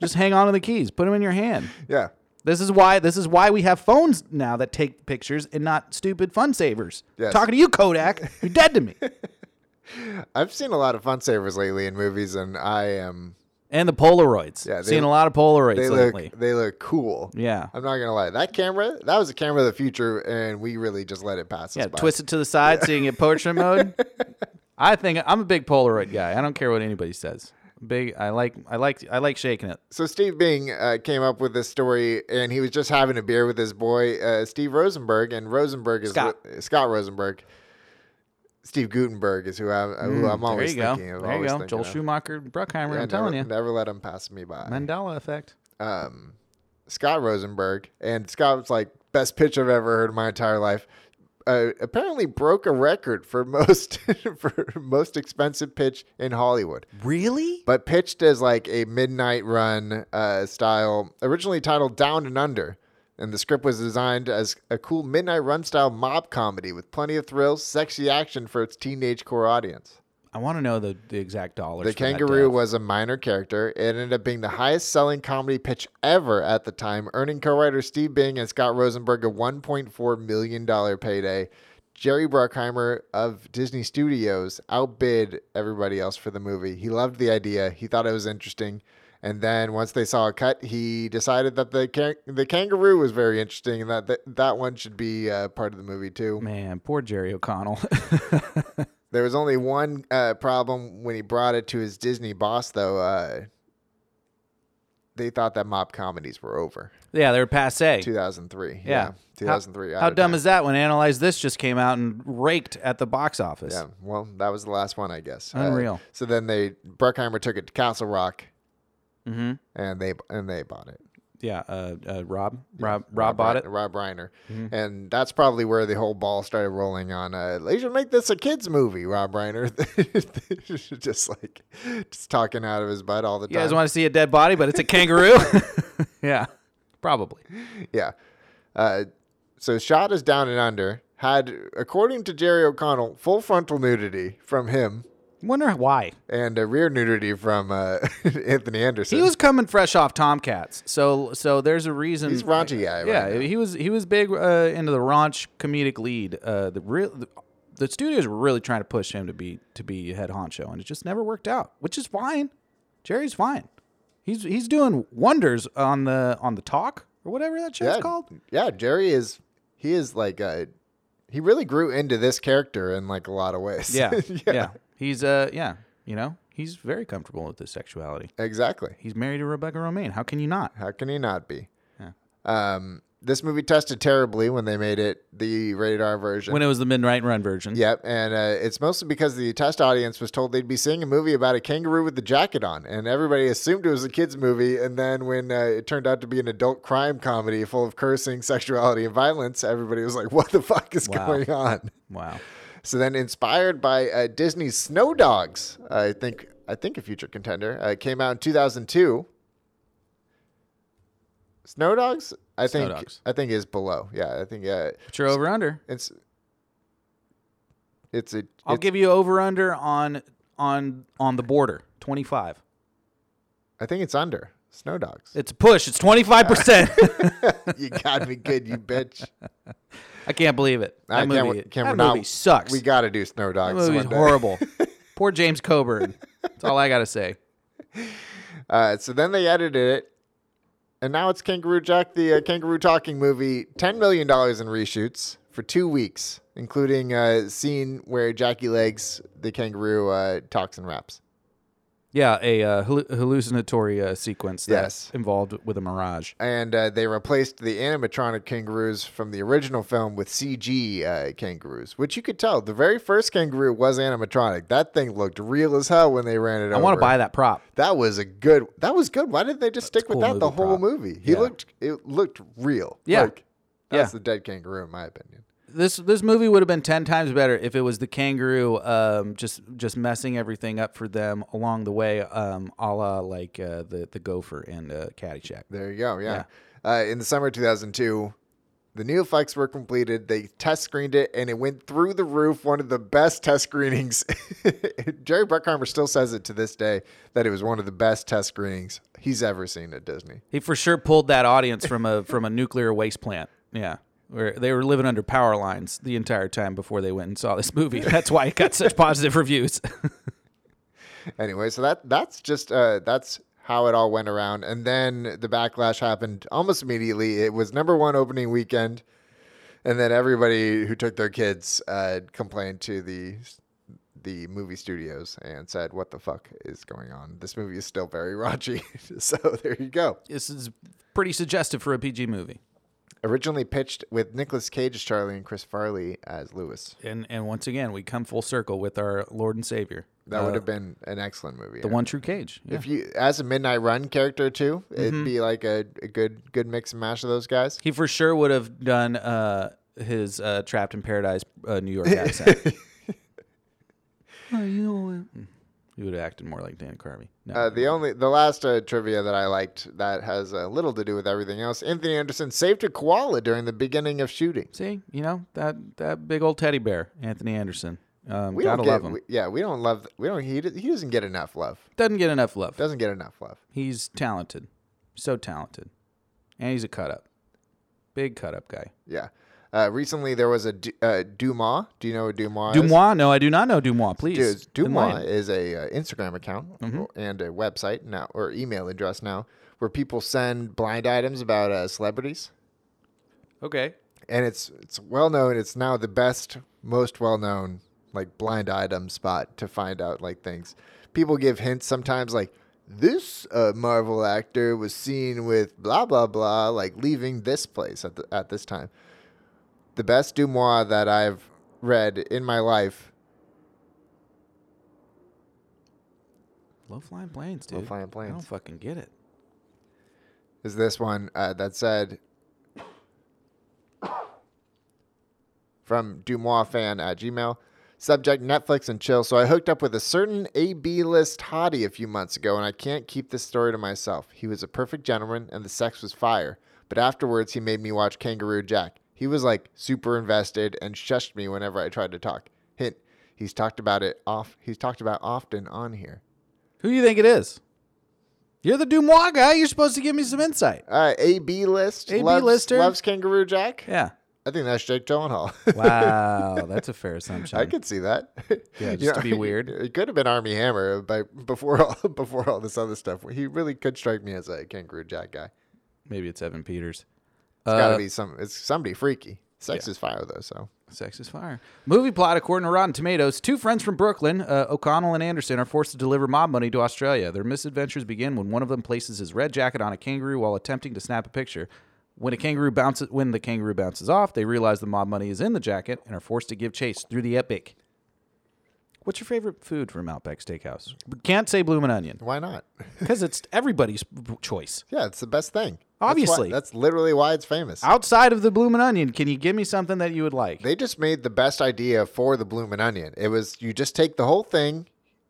Just hang on to the keys, put them in your hand. Yeah, This is why this is why we have phones now that take pictures and not stupid fun savers. Yes. Talking to you, Kodak, you're dead to me. I've seen a lot of fun savers lately in movies, and I am And the Polaroids. Yeah, Yeah, they- seen a lot of Polaroids they lately. look they look cool. Yeah. I'm not gonna lie. That camera, that was a camera of the future, and we really just let it pass yeah, us by. twist it to the side so you can get portrait mode. I think I'm a big Polaroid guy. I don't care what anybody says. Big I like I like I like shaking it. So Steve Bing uh, came up with this story, and he was just having a beer with his boy uh, Steve Rosenberg, and Rosenberg is Scott. uh, Scott Rosenberg. Steve Gutenberg is who I'm, who I'm Mm, There always you go. thinking of. There you always go. thinking Joel of. Schumacher, Bruckheimer, Yeah, I'm telling never, you. never let him pass me by. Mandela effect. um, Scott Rosenberg, and Scott was like best pitch I've ever heard in my entire life. Uh, apparently broke a record for most for most expensive pitch in Hollywood, Really? but pitched as like a midnight run uh, style, originally titled Down and Under, and the script was designed as a cool midnight run style mob comedy with plenty of thrills, sexy action for its teenage core audience. I want to know the, the exact dollars. The for that kangaroo death. was a minor character. It ended up being the highest selling comedy pitch ever at the time, earning co writers Steve Bing and Scott Rosenberg a $1.4 million payday. Jerry Bruckheimer of Disney Studios outbid everybody else for the movie. He loved the idea, he thought it was interesting. And then once they saw a cut, he decided that the can- the kangaroo was very interesting and that th- that one should be uh, part of the movie too. Man, poor Jerry O'Connell. There was only one uh, problem when he brought it to his Disney boss, though. Uh, they thought that mob comedies were over. yeah, they're passe. 2003. Yeah. How- 2003. How, dumb is that when Analyze This just came out and raked at the box office? Yeah. Well, that was the last one, I guess. Uh, Unreal. so then they Bruckheimer took it to Castle Rock, Mm-hmm. and they and they bought it. Yeah, uh, uh, Rob, Rob, Rob bought Reiner- it. Mm-hmm. Rob Reiner, and that's probably where the whole ball started rolling on. Uh, they should make this a kids movie. Rob Reiner, just like just talking out of his butt all the You time. guys want to see a dead body, but it's a kangaroo. yeah, probably. Yeah. Uh, so shot is down and under had, according to Jerry O'Connell, full frontal nudity from him Wonder why and a rear nudity from uh, Anthony Anderson. he was coming fresh off Tomcats, so so there's a reason. He's raunchy guy. Right yeah, now. he was he was big uh, into the raunch comedic lead. Uh, the real the, the studios were really trying to push him to be to be head honcho, and it just never worked out, which is fine. Jerry's fine. He's he's doing wonders on the on the talk or whatever that show's yeah, called. yeah. Jerry is he is like uh he really grew into this character in like a lot of ways. Yeah, yeah, He's uh yeah, you know, he's very comfortable with his sexuality. exactly. He's married to Rebecca Romaine. How can you not? How can he not be? Um, this movie tested terribly when they made it the rated R version. When it was the Midnight Run version. Yep, and uh, it's mostly because the test audience was told they'd be seeing a movie about a kangaroo with a jacket on, and everybody assumed it was a kids' movie. And then when uh, it turned out to be an adult crime comedy full of cursing, sexuality, and violence, everybody was like, "What the fuck is Wow. going on?" Wow. So then, inspired by uh, Disney's Snow Dogs, I think I think a future contender uh, came out in 2002. Snow Dogs, I Snow think Dogs. I think is below. Yeah, I think uh, But you're over under. it's. It's a. I'll it's- give you over under on on on the border. Twenty five. I think it's under Snow Dogs. It's a push. It's twenty five percent. you got me good, you bitch. I I can't believe it. That I movie, can't, we- can't that we're not- movie sucks. We got to do Snow Dogs. that movie's one day. horrible. Poor James Coburn. That's all I gotta say. Uh, so then they edited it, and now it's Kangaroo Jack, the uh, kangaroo talking movie. Ten million dollars in reshoots for two weeks, including a scene where Jackie Legs the kangaroo uh, talks and raps. Yeah, a uh, hallu- hallucinatory uh, sequence that Yes. involved with a mirage. And uh, they replaced the animatronic kangaroos from the original film with CG uh, kangaroos, which you could tell the very first kangaroo was animatronic. That thing looked real as hell when they ran it I over. want to buy that prop. That was a good. That was good. Why did they just stick cool with that the movie whole prop. movie? He Yeah. looked. It looked real. Yeah. Like, that's Yeah. the dead kangaroo, in my opinion. This this movie would have been ten times better if it was the kangaroo um, just just messing everything up for them along the way, um, a la like uh, the the gopher in uh, Caddyshack. There you go. Yeah. Uh, in the summer of 2002, the new effects were completed. They test screened it, and it went through the roof. One of the best test screenings. Jerry Bruckheimer still says it to this day that it was one of the best test screenings he's ever seen at Disney. He for sure pulled that audience from a from a nuclear waste plant. Yeah. Where they were living under power lines the entire time before they went and saw this movie. That's why it got such positive reviews. anyway, so that that's just uh, that's how it all went around, and then the backlash happened almost immediately. It was number one opening weekend, and then everybody who took their kids uh, complained to the the movie studios and said, "What the fuck is going on? This movie is still very raunchy." so there you go. this is pretty suggestive for a PG movie. Originally pitched with Nicolas Cage as Charlie and Chris Farley as Lewis. And and once again, we come full circle with our Lord and Savior. That Uh, would have been an excellent movie. the one true cage. Yeah. Mm-hmm. If you as a Midnight Run character too, it'd be like a, a good good mix and mash of those guys. He for sure would have done uh, his uh, Trapped in Paradise uh, New York accent. oh, you know what? He would have acted more like Dan Carvey. No. Uh, the only the last uh, trivia that I liked that has uh, little to do with everything else. Anthony Anderson saved a koala during the beginning of shooting. See, you know that that big old teddy bear, Anthony Anderson. Um, We gotta don't get, love him. we- yeah, we don't love. We don't. He he doesn't get enough love. Doesn't get enough love. Doesn't get enough love. He's talented, so talented, and he's a cut up, big cut up guy. Yeah. Uh, recently there was a D- uh, Dumas. Do you know what Dumas? is? Dumois? No, I do not know Dumois. Please, Dude, Dumois enlighten. is a uh, Instagram account Mm-hmm. and a website now or email address now where people send blind items about uh, celebrities. Okay. and it's it's well known. It's now the best, most well known like blind item spot to find out like things. People give hints sometimes, like this uh, Marvel actor was seen with blah blah blah, like leaving this place at the, at this time. The best Dumois that I've read in my life. Low flying planes, dude. Low-flying I don't planes. fucking get it. is this one uh, that said from Dumois fan at Gmail. Subject Netflix and chill. So I hooked up with a certain AB list hottie a few months ago, and I can't keep this story to myself. He was a perfect gentleman, and the sex was fire. But afterwards, he made me watch Kangaroo Jack. He was like super invested and shushed me whenever I tried to talk. Hint: He's talked about it off. He's talked about often on here. Who do you think it is? You're the Dumois guy. You're supposed to give me some insight. Uh, AB list. AB loves, lister? loves Kangaroo Jack. Yeah. I think that's Jake Gyllenhaal. Wow, that's a fair assumption. I could see that. Yeah, You just to be weird. It could have been Army Hammer, but before all before all this other stuff, he really could strike me as a kangaroo jack guy. It's Maybe it's Evan Peters. got Uh, to be some. It's somebody freaky. Sex is fire though, so Sex is fire. Movie plot, according to Rotten Tomatoes, two friends from Brooklyn, uh, O'Connell and Anderson, are forced to deliver mob money to Australia. Their misadventures begin when one of them places his red jacket on a kangaroo while attempting to snap a picture. When a kangaroo bounces, when the kangaroo bounces off, they realize the mob money is in the jacket and are forced to give chase through the epic. What's your favorite food from Outback Steakhouse? We can't say bloomin' onion why not? because it's everybody's choice. Yeah, it's the best thing. That's why- Obviously. that's, literally why it's famous. Outside of the bloomin' onion, can you give me something that you would like? they just made the best idea for the bloomin' onion. It was you just take the whole thing,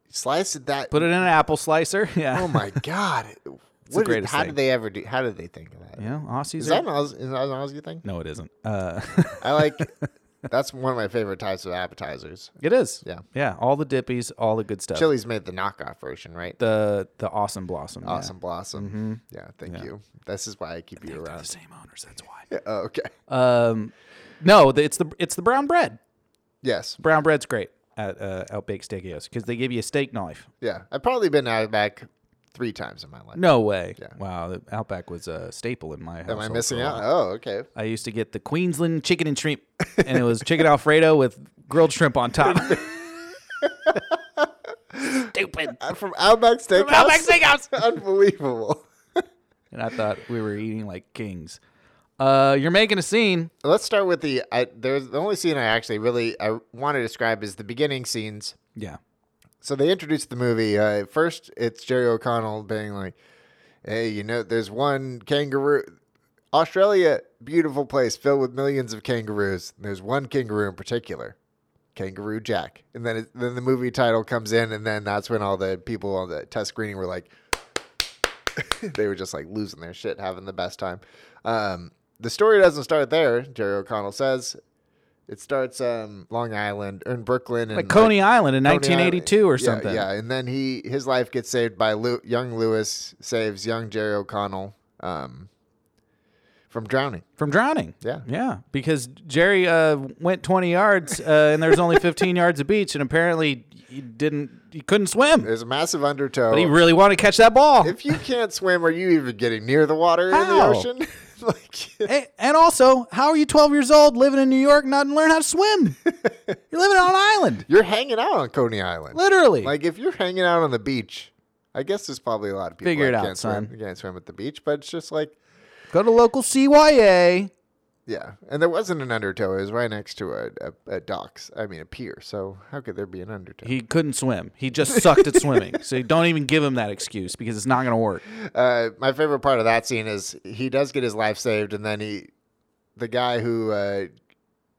slice it that. Put it in an apple slicer. Yeah. oh my god! what did, greatest how thing. did they ever do? How did they think of that? Yeah, Aussies. Is that are- an Aus- is that an Aussie thing? No, it isn't. Uh, I like. that's one of my favorite types of appetizers. it is. Yeah. yeah. All the dippies, all the good stuff. Chili's made the knockoff version, right? The The the awesome blossom. yeah. Mm-hmm. Awesome Blossom. Yeah, thank you. This is why I keep you They're the around. same owners. That's why. Oh, okay. Um, No, the- it's the it's the brown bread. Yes. Brown bread's great at uh, Outback Steakhouse because they give you a steak knife. Yeah. I've probably been out back three times in my life. No way. Wow, the Outback was a staple in my house. Am I missing out? Oh, okay. I used to get the Queensland chicken and shrimp, and it was chicken Alfredo with grilled shrimp on top. Stupid. Uh, From Outback Steakhouse. Outback Steakhouse. Unbelievable. And I thought we were eating like kings. Uh, you're making a scene. Let's start with the. I, there's the only scene I actually really I want to describe is the beginning scenes. Yeah. So they introduced the movie. Uh, first, it's Jerry O'Connell being like, "Hey, you know, there's one kangaroo. Australia, beautiful place filled with millions of kangaroos. And there's one kangaroo in particular, Kangaroo Jack." And then, it, then the movie title comes in, and then that's when all the people on the test screening were like, they were just like losing their shit, having the best time. Um, the story doesn't start there, Jerry O'Connell says. It starts um, Long Island or in Brooklyn and Like Coney Island in Coney 1982 or Island. Yeah, something. Yeah, and then he his life gets saved by Lew- young Lewis saves young Jerry O'Connell um, from drowning. From drowning. Yeah. Yeah. Because Jerry uh, went 20 yards uh, and there was only 15 yards of beach, and apparently he didn't, he couldn't swim. There's a massive undertow. But he really wanted to catch that ball. if you can't swim, are you even getting near the water in the How? ocean? like, A- and also, how are you 12 years old living in New York not and learn how to swim? you're living on an island, you're hanging out on Coney Island. literally. Like, if you're hanging out on the beach, I guess there's probably a lot of people Figure that it out, can't swim. son. You can't swim at the beach, but it's just like, Go to local CYA. yeah. And there wasn't an undertow. It was right next to a, a, a docks. I mean, a pier. So how could there be an undertow? He couldn't swim. He just sucked at swimming. So don't even give him that excuse because it's not going to work. uh, my favorite part of that scene is he does get his life saved, and then he, the guy who uh,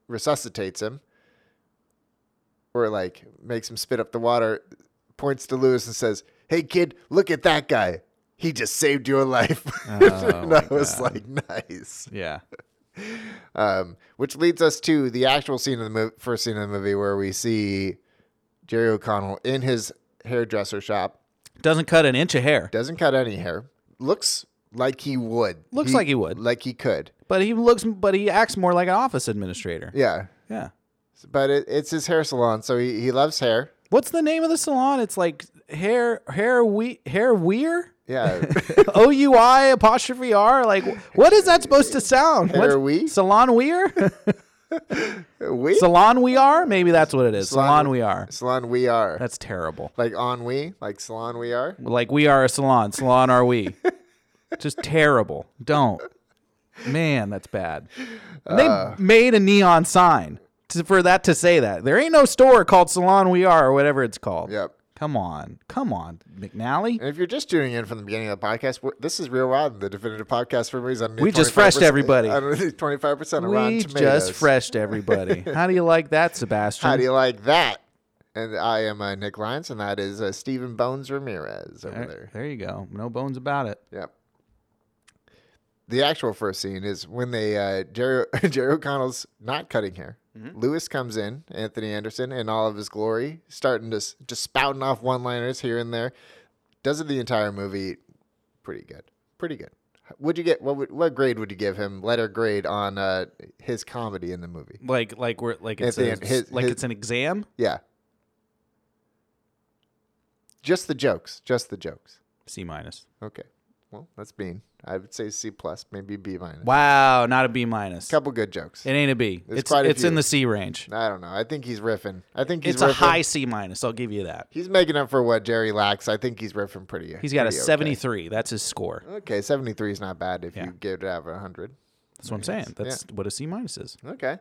resuscitates him, or like makes him spit up the water, points to Lewis and says, "Hey kid, look at that guy. He just saved your life." and I was like, "Nice." Yeah. Um, which leads us to the actual scene of the mo- first scene of the movie where we see Jerry O'Connell in his hairdresser shop Doesn't cut an inch of hair, doesn't cut any hair. Looks like he would. Looks like he would. Like he could. but he looks, but he acts more like an office administrator. Yeah. Yeah. But it, it's his hair salon, so he, he loves hair. What's the name of the salon? It's like hair, hair, we, hair, weir? Yeah. O U I apostrophe R. Like, wh- what is that supposed to sound? What's- Hair we? Salon weir? we Salon we are? Maybe that's what it is. Salon, we are. Salon we are. That's terrible. like on we, like salon we are. Like we are a salon. Salon are we? Just terrible. Don't. Man, that's bad. And they Uh. made a neon sign to, for that to say that. There ain't no store called Salon We Are or whatever it's called. Yep. Come on. Come on, McNally. And if you're just tuning in from the beginning of the podcast, we this is Real Rod, the definitive podcast for movies. On We just freshed everybody. Twenty five percent of Rotten We Tomatoes. just freshed everybody. How do you like that, Sebastian? How do you like that? And I am uh, Nick Lyons, and that is uh, Stephen Bones Ramirez over there, there. there you go. No bones about it. Yep. The actual first scene is when they uh, Jerry, Jerry O'Connell's not cutting hair. Lewis comes in, Anthony Anderson, in all of his glory, starting to s- just spouting off one-liners here and there. Does it the entire movie? Pretty good. Pretty good. Would you get what? Would, what grade would you give him? Letter grade on uh, his comedy in the movie? Like like we're like it's At the a- end, his- like his- it's an exam. Yeah. Just the jokes. Just the jokes. C minus. Okay. Well, that's Bean. I would say C plus, maybe B minus. Wow, not a B minus. couple good jokes. It ain't a B. It's It's quite a it's in few. the C range. I don't know. I think he's riffing. I think he's It's riffing. a high C minus. I'll give you that. He's making up for what Jerry lacks. I think he's riffing pretty. uh, He's got a pretty okay. 73. That's his score. Okay, seventy three is not bad if Yeah. you give it out of hundred. That's what I'm saying. That's what a C minus is. Okay.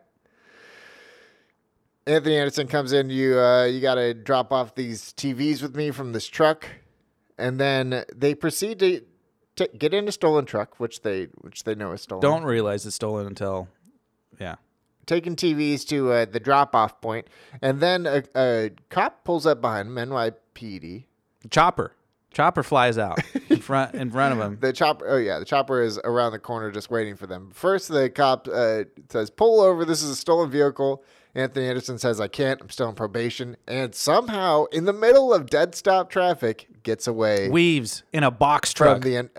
Anthony Anderson comes in. You uh, you got to drop off these TVs with me from this truck, and then they proceed to t- get in a stolen truck, which they which they know is stolen. Don't realize it's stolen until, yeah. taking TVs to uh, the drop off point, and then a, a cop pulls up behind him, NYPD. Chopper. Chopper flies out in front in front of him. The chopper, oh yeah, the chopper is around the corner just waiting for them. First, the cop uh, says, "Pull over. This is a stolen vehicle." Anthony Anderson says, I can't. I'm still on probation. And somehow, in the middle of dead stop traffic, gets away. Weaves in a box from truck. the end.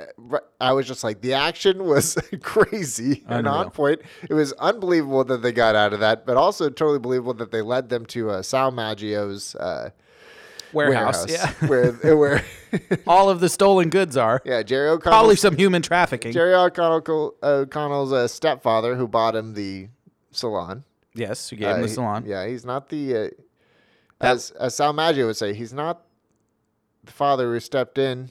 I was just like, the action was crazy and Unreal. on point. It was unbelievable that they got out of that, but also totally believable that they led them to uh, Sal Maggio's uh, warehouse. warehouse, Yeah. where where All of the stolen goods are. yeah Jerry O'Connell Probably some human trafficking. Jerry O'Connell O'Connell's uh, stepfather who bought him the salon. Yes, you gave him Uh, the he- salon. yeah, he's not the uh, as as Sal Maggio would say, he's not the father who stepped in.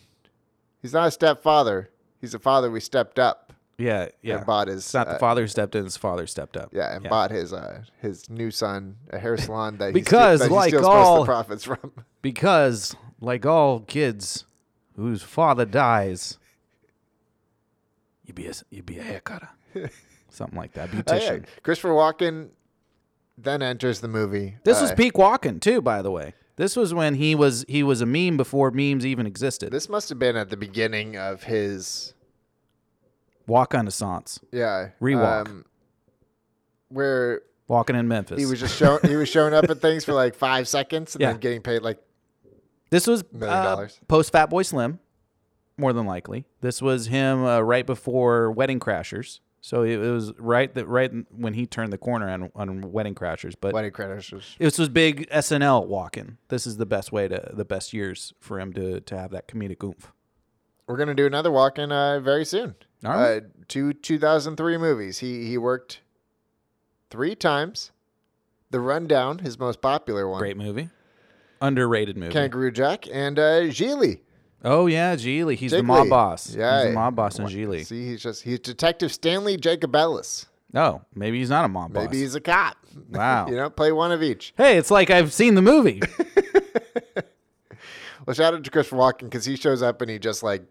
He's not a stepfather. He's a father we stepped up. yeah, yeah. and bought his. It's not the uh, father who stepped in; it's the father who stepped up. Yeah, and bought his uh, his new son a hair salon that Because, he's, that like he steals all- most of the profits from. because, like all kids whose father dies, you be a you be a haircutter, something like that, Oh, beautician. yeah. Christopher Walken then enters the movie. This Uh, was peak walking too, by the way. This was when he was he was a meme before memes even existed. this must have been at the beginning of his Walk on Assance, yeah um, Rewalk. where walking in Memphis. he was just showing he was showing up at things for like five seconds and Yeah. then getting paid like This was uh, Million dollars. post Fat Boy Slim, more than likely. This was him uh, right before Wedding Crashers. So it, it was right that right when he turned the corner on, on Wedding Crashers. But wedding creditors. this was big SNL walking. This is the best way to the best years for him to to have that comedic oomph. We're gonna do another walk in uh, very soon. All right. Uh, two 2003 movies. He he worked three times. The Rundown, his most popular one. Great movie, underrated movie. Kangaroo Jack and uh, Gigli. Oh yeah, Geely. He's the Jiggly. mob boss. Yeah. he's the mob boss in Geely. See, he's just he's Detective Stanley Jacobellis. Oh, maybe he's not a mob Maybe boss. he's a cop. Wow. you know, play one of each. hey, it's like I've seen the movie. Well, shout out to Christopher Walken because he shows up and he just like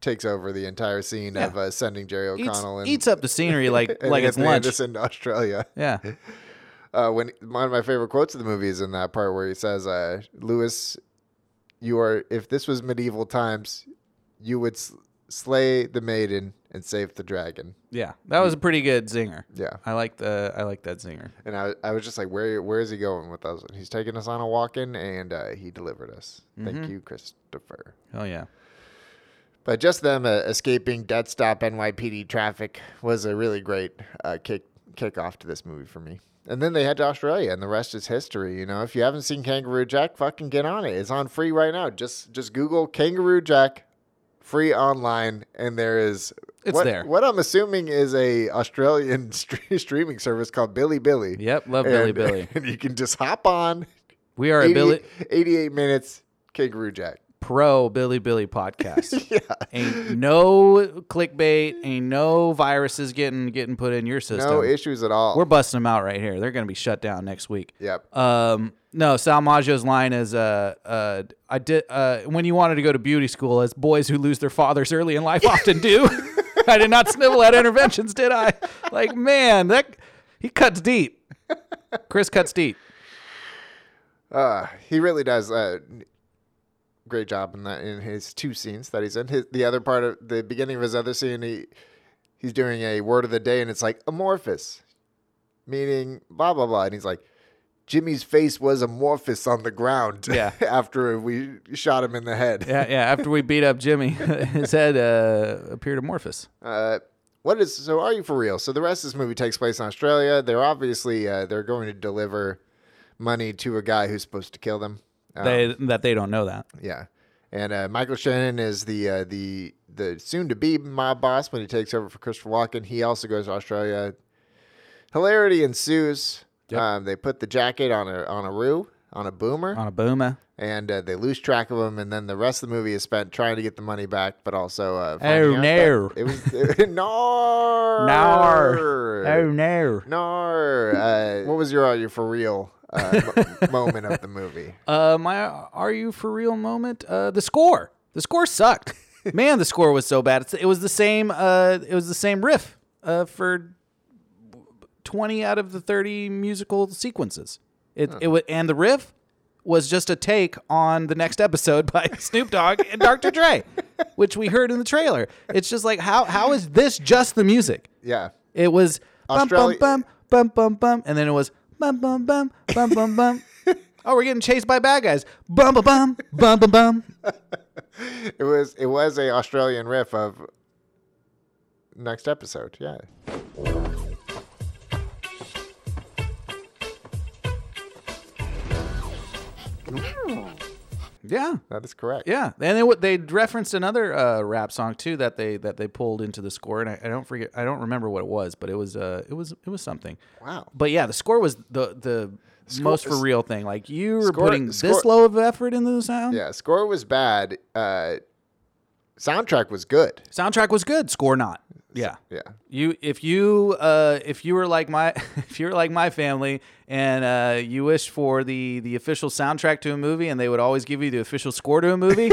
takes over the entire scene of uh, sending Jerry eats, O'Connell and, eats up the scenery like and like it's Anthony lunch. Anderson to Australia. Yeah. uh, when one of my favorite quotes of the movie is in that part where he says, uh, "Lewis, you are if this was medieval times, you would s- slay the maiden and save the dragon." Yeah, that was a pretty good zinger. Yeah. I like the I like that zinger. And I, I was just like, "Where where is he going with us?" He's taking us on a walk in, and uh, he delivered us. Mm-hmm. Thank you, Christopher. Hell yeah, But just them uh, escaping dead stop NYPD traffic was a really great uh, kick kickoff to this movie for me. And then they head to Australia, and the rest is history. You know, if you haven't seen Kangaroo Jack, fucking get on it. It's on free right now. Just just Google Kangaroo Jack free online, and there is It's what, there. What I'm assuming is a Australian stre- streaming service called Billy Billy. Yep, love Billy And- uh, Billy. And you can just hop on. we are 80 a Billy 88 minutes Kangaroo Jack. pro Billy Billy podcast. yeah, ain't no clickbait, ain't no viruses getting getting put in your system. No issues at all. We're busting them out right here. They're gonna be shut down next week. yep. Um, no, Sal Maggio's line is, uh, uh, I did, uh, when you wanted to go to beauty school, as boys who lose their fathers early in life often do, I did not snivel at interventions, did I? Like, man, that, he cuts deep. Chris cuts deep. Uh, he really does a great job in that in his two scenes that he's in. His, the other part of the beginning of his other scene, he he's doing a word of the day, and it's like amorphous, meaning blah blah blah, and he's like. Jimmy's face was amorphous on the ground Yeah. after we shot him in the head. Yeah, yeah. After we beat up Jimmy, his head, uh, appeared amorphous. Uh, what is so? Are you for real? So the rest of this movie takes place in Australia. They're obviously uh, they're going to deliver money to a guy who's supposed to kill them. Um, They, that they don't know that. Yeah, and uh, Michael Shannon is the uh, the the soon to be mob boss when he takes over for Christopher Walken. He also goes to Australia. Hilarity ensues. Um, they put the jacket on a on a roo on a boomer, On a boomer. and uh, they lose track of him. And then the rest of the movie is spent trying to get the money back, but also uh, finding Oh, out no. that it was it, no Nar. Oh, no. Nar. Uh, what was your are you for real uh, mo- moment of the movie? Uh, my are you for real moment? Uh, the score. The score sucked. Man, the score was so bad. It's, it was the same. Uh, it was the same riff. Uh, for twenty out of the thirty musical sequences. It it wa and the riff was just a take on the next episode by Snoop Dogg and Dr. Dre, which we heard in the trailer. It's just like how how is this just the music? Yeah. It was bum Australia- bum bum bum bum bum, and then it was bum bum bum bum bum bum. Oh, we're getting chased by bad guys. Bum bum bum bum bum bum. It was it was a Australian riff of next episode. Yeah. Yeah. That is correct. Yeah, and they wa- they referenced another uh, rap song too that they that they pulled into the score, and I, I don't forget, I don't remember what it was, but it was uh, it was it was something. Wow. But yeah, the score was the the most for is- real thing. Like you were Score- putting score- this low of effort into the sound. Yeah. Score was bad. Uh, soundtrack was good. Soundtrack was good, score not. Yeah. Yeah. You if you uh, if you were like my if you were like my family and uh, you wished for the the official soundtrack to a movie and they would always give you the official score to a movie,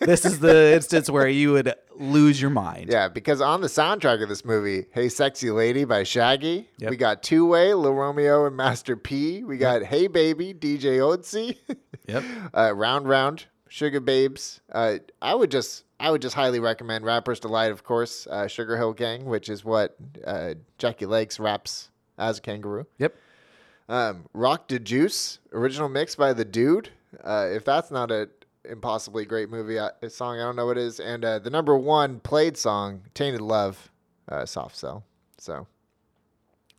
this is the instance where you would lose your mind. Yeah, because on the soundtrack of this movie, Hey Sexy Lady by Shaggy, Yep. we got Two Way, Lil Romeo and Master P. We got Hey Baby, DJ Otzi, Yep. uh, Round Round, Sugar Babes. Uh, I would just I would just highly recommend Rapper's Delight, of course, uh, Sugar Hill Gang, which is what uh, Jackie Lakes raps as a kangaroo. Yep. Um, Rock to Juice, original mix by the Dude. Uh, if that's not a impossibly great movie I, a song, I don't know what is. And uh, the number one played song, "Tainted Love," uh, soft sell. So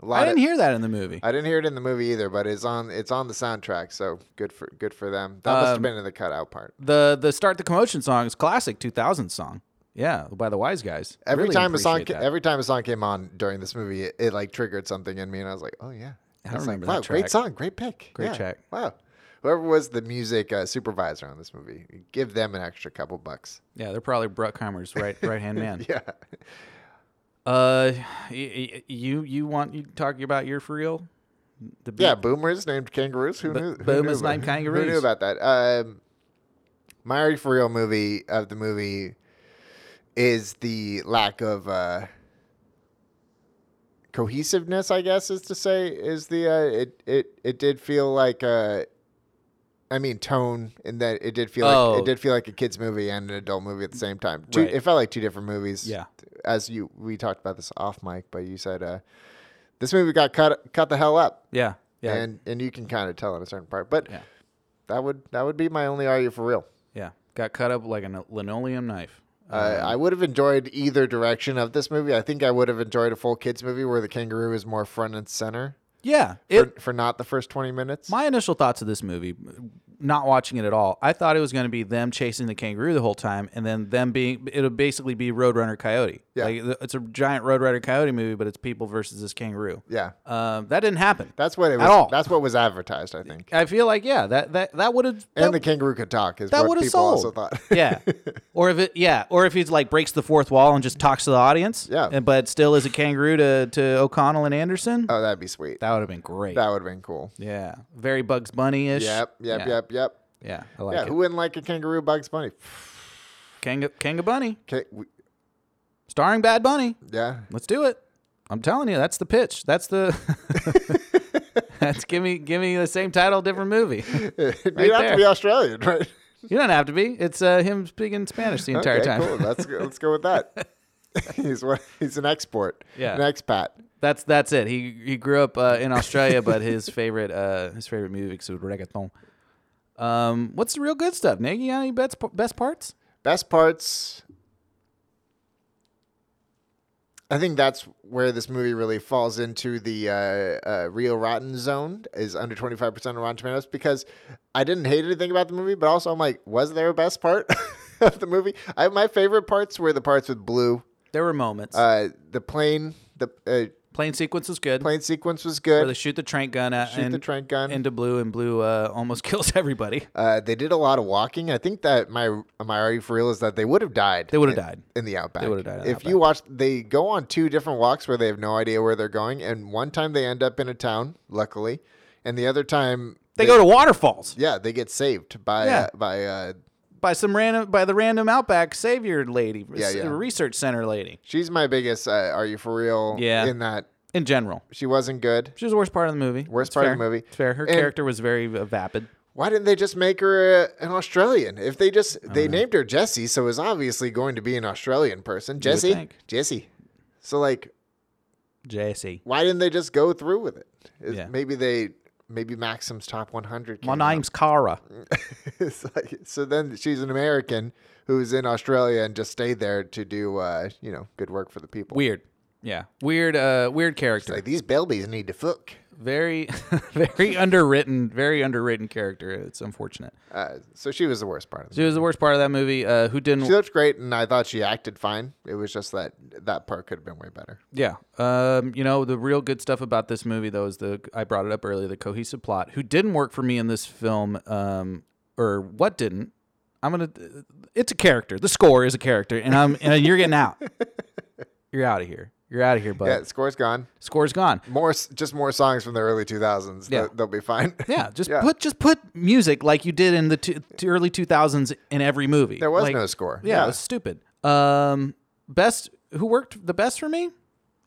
a lot. I didn't of, hear that in the movie. I didn't hear it in the movie either, but it's on it's on the soundtrack. So good for good for them. That must have Um, been in the cutout part. the the start the commotion song is classic 2000 song. Yeah, by the Wise Guys. Every Really time a song appreciate ca- that. every time a song came on during this movie, it, it like triggered something in me, and I was like, oh yeah, I It's remember like, wow, that great track. song, great pick, Great Yeah. track. Wow, whoever was the music uh, supervisor on this movie, give them an extra couple bucks. yeah, they're probably Bruckheimer's right right hand man. Yeah, Uh, y- y- you you want you talking about your for real? The yeah, boomers named kangaroos. Who Bo- knew? who boomers knew about- named Who knew kangaroos. about that? Um, my Already for real movie of the movie is the lack of. Uh, cohesiveness, I guess, is to say, is the uh, it it it did feel like uh, I mean tone in that it did feel like Oh. it did feel like a kids movie and an adult movie at the same time. Two, Right. It felt like two different movies. Yeah. as you we talked about this off mic, but you said uh, this movie got cut cut the hell up, Yeah, yeah, and and you can kind of tell in a certain part, but Yeah. that would that would be my only argument for real. yeah. Got cut up like a linoleum knife. Uh, Uh-huh. I would have enjoyed either direction of this movie. I think I would have enjoyed a full kids movie where the kangaroo is more front and center. Yeah, for, it, for not the first 20 minutes. My initial thoughts of this movie, not watching it at all, I thought it was going to be them chasing the kangaroo the whole time, and then them being it'll basically be Roadrunner Coyote. Yeah. like, th- it's a giant Roadrunner Coyote movie, but it's people versus this kangaroo. yeah. Um, that didn't happen. That's what it at was. all. That's what was advertised, I think. I feel like yeah, that that that would have And the kangaroo could talk is that what would people have sold. also thought. yeah, or if it yeah, or if he's like breaks the fourth wall and just talks to the audience. Yeah. and, but still is a kangaroo to to O'Connell and Anderson. oh, that'd be sweet. That, that would have been great. would have been cool. yeah, very Bugs Bunny ish. Yep, yep, yeah. yep, yep. Yeah, I like yeah, it. who wouldn't like a kangaroo Bugs Bunny? Kanga, Kanga Bunny, K- we- starring Bad Bunny. yeah. Let's do it. I'm telling you, that's the pitch. That's the. that's give me give me the same title, different movie. You'd have there. to be Australian, right? You don't have to be. It's uh, him speaking Spanish the entire okay, time. cool. Let's go, let's go with that. he's one, he's an export. Yeah. An expat. That's that's it. He he grew up uh, in Australia, but his favorite uh, his favorite music is reggaeton. Um, what's the real good stuff? Nagy, you got any best best parts? Best parts. I think that's where this movie really falls into the uh, uh, real rotten zone is under twenty five percent of Rotten Tomatoes because I didn't hate anything about the movie, but also I'm like, was there a best part of the movie? I, my favorite parts were the parts with Blue, There were moments. uh, the plane, the uh, plane sequence was good. plane sequence was where they good. shoot the trank gun at Shoot and, the trank gun. into Blue, and Blue uh, almost kills everybody. Uh, they did a lot of walking. I think that my my argument for real is that they would have died. They would have in- died. in the outback. would've died in the if you watch, they go on two different walks where they have no idea where they're going, and one time they end up in a town, luckily, and the other time They go to waterfalls yeah they get saved by Yeah. uh, by uh, by some random by the random Outback Savior lady, Yeah, yeah. research center lady. she's my biggest. Uh, are you for real? Yeah. In that In general, she wasn't good. she was the worst part of the movie. Worst It's part of fair. the movie. It's fair. Her And- character was very uh, vapid. Why didn't they just make her uh, an Australian? If they just they named her Jessie, so it's obviously going to be an Australian person. Jessie, think. Jessie. So like Jesse. E. why didn't they just go through with it? Is- Yeah. Maybe they maybe Maxim's top 100. My came out. name's Kara. It's like- so then she's an American who's in Australia and just stayed there to do, uh, you know, good work for the people. Weird. Yeah. Weird. Uh, weird It's character. like these babies need to fuck. very, very underwritten. Very underwritten character. It's unfortunate. Uh, so she was the worst part of She it. was the worst part of that movie. Uh, who didn't? She looked great, and I thought she acted fine. It was just that that part could have been way better. Yeah. Um, you know, the real good stuff about this movie, though, is the I brought it up earlier, the cohesive plot. Who didn't work for me in this film, um, or what didn't? I'm gonna. It's a character. The score is a character, and I'm and you're getting out. You're out of here. You're out of here, bud. Yeah, score's gone. Score's gone. More, s- just more songs from the early 2000s. Yeah. They'll, they'll be fine. Yeah, just Yeah. put just put music like you did in the two, two early 2000s in every movie. There was Like- no score. Yeah, it was stupid. Um, best who worked the best for me?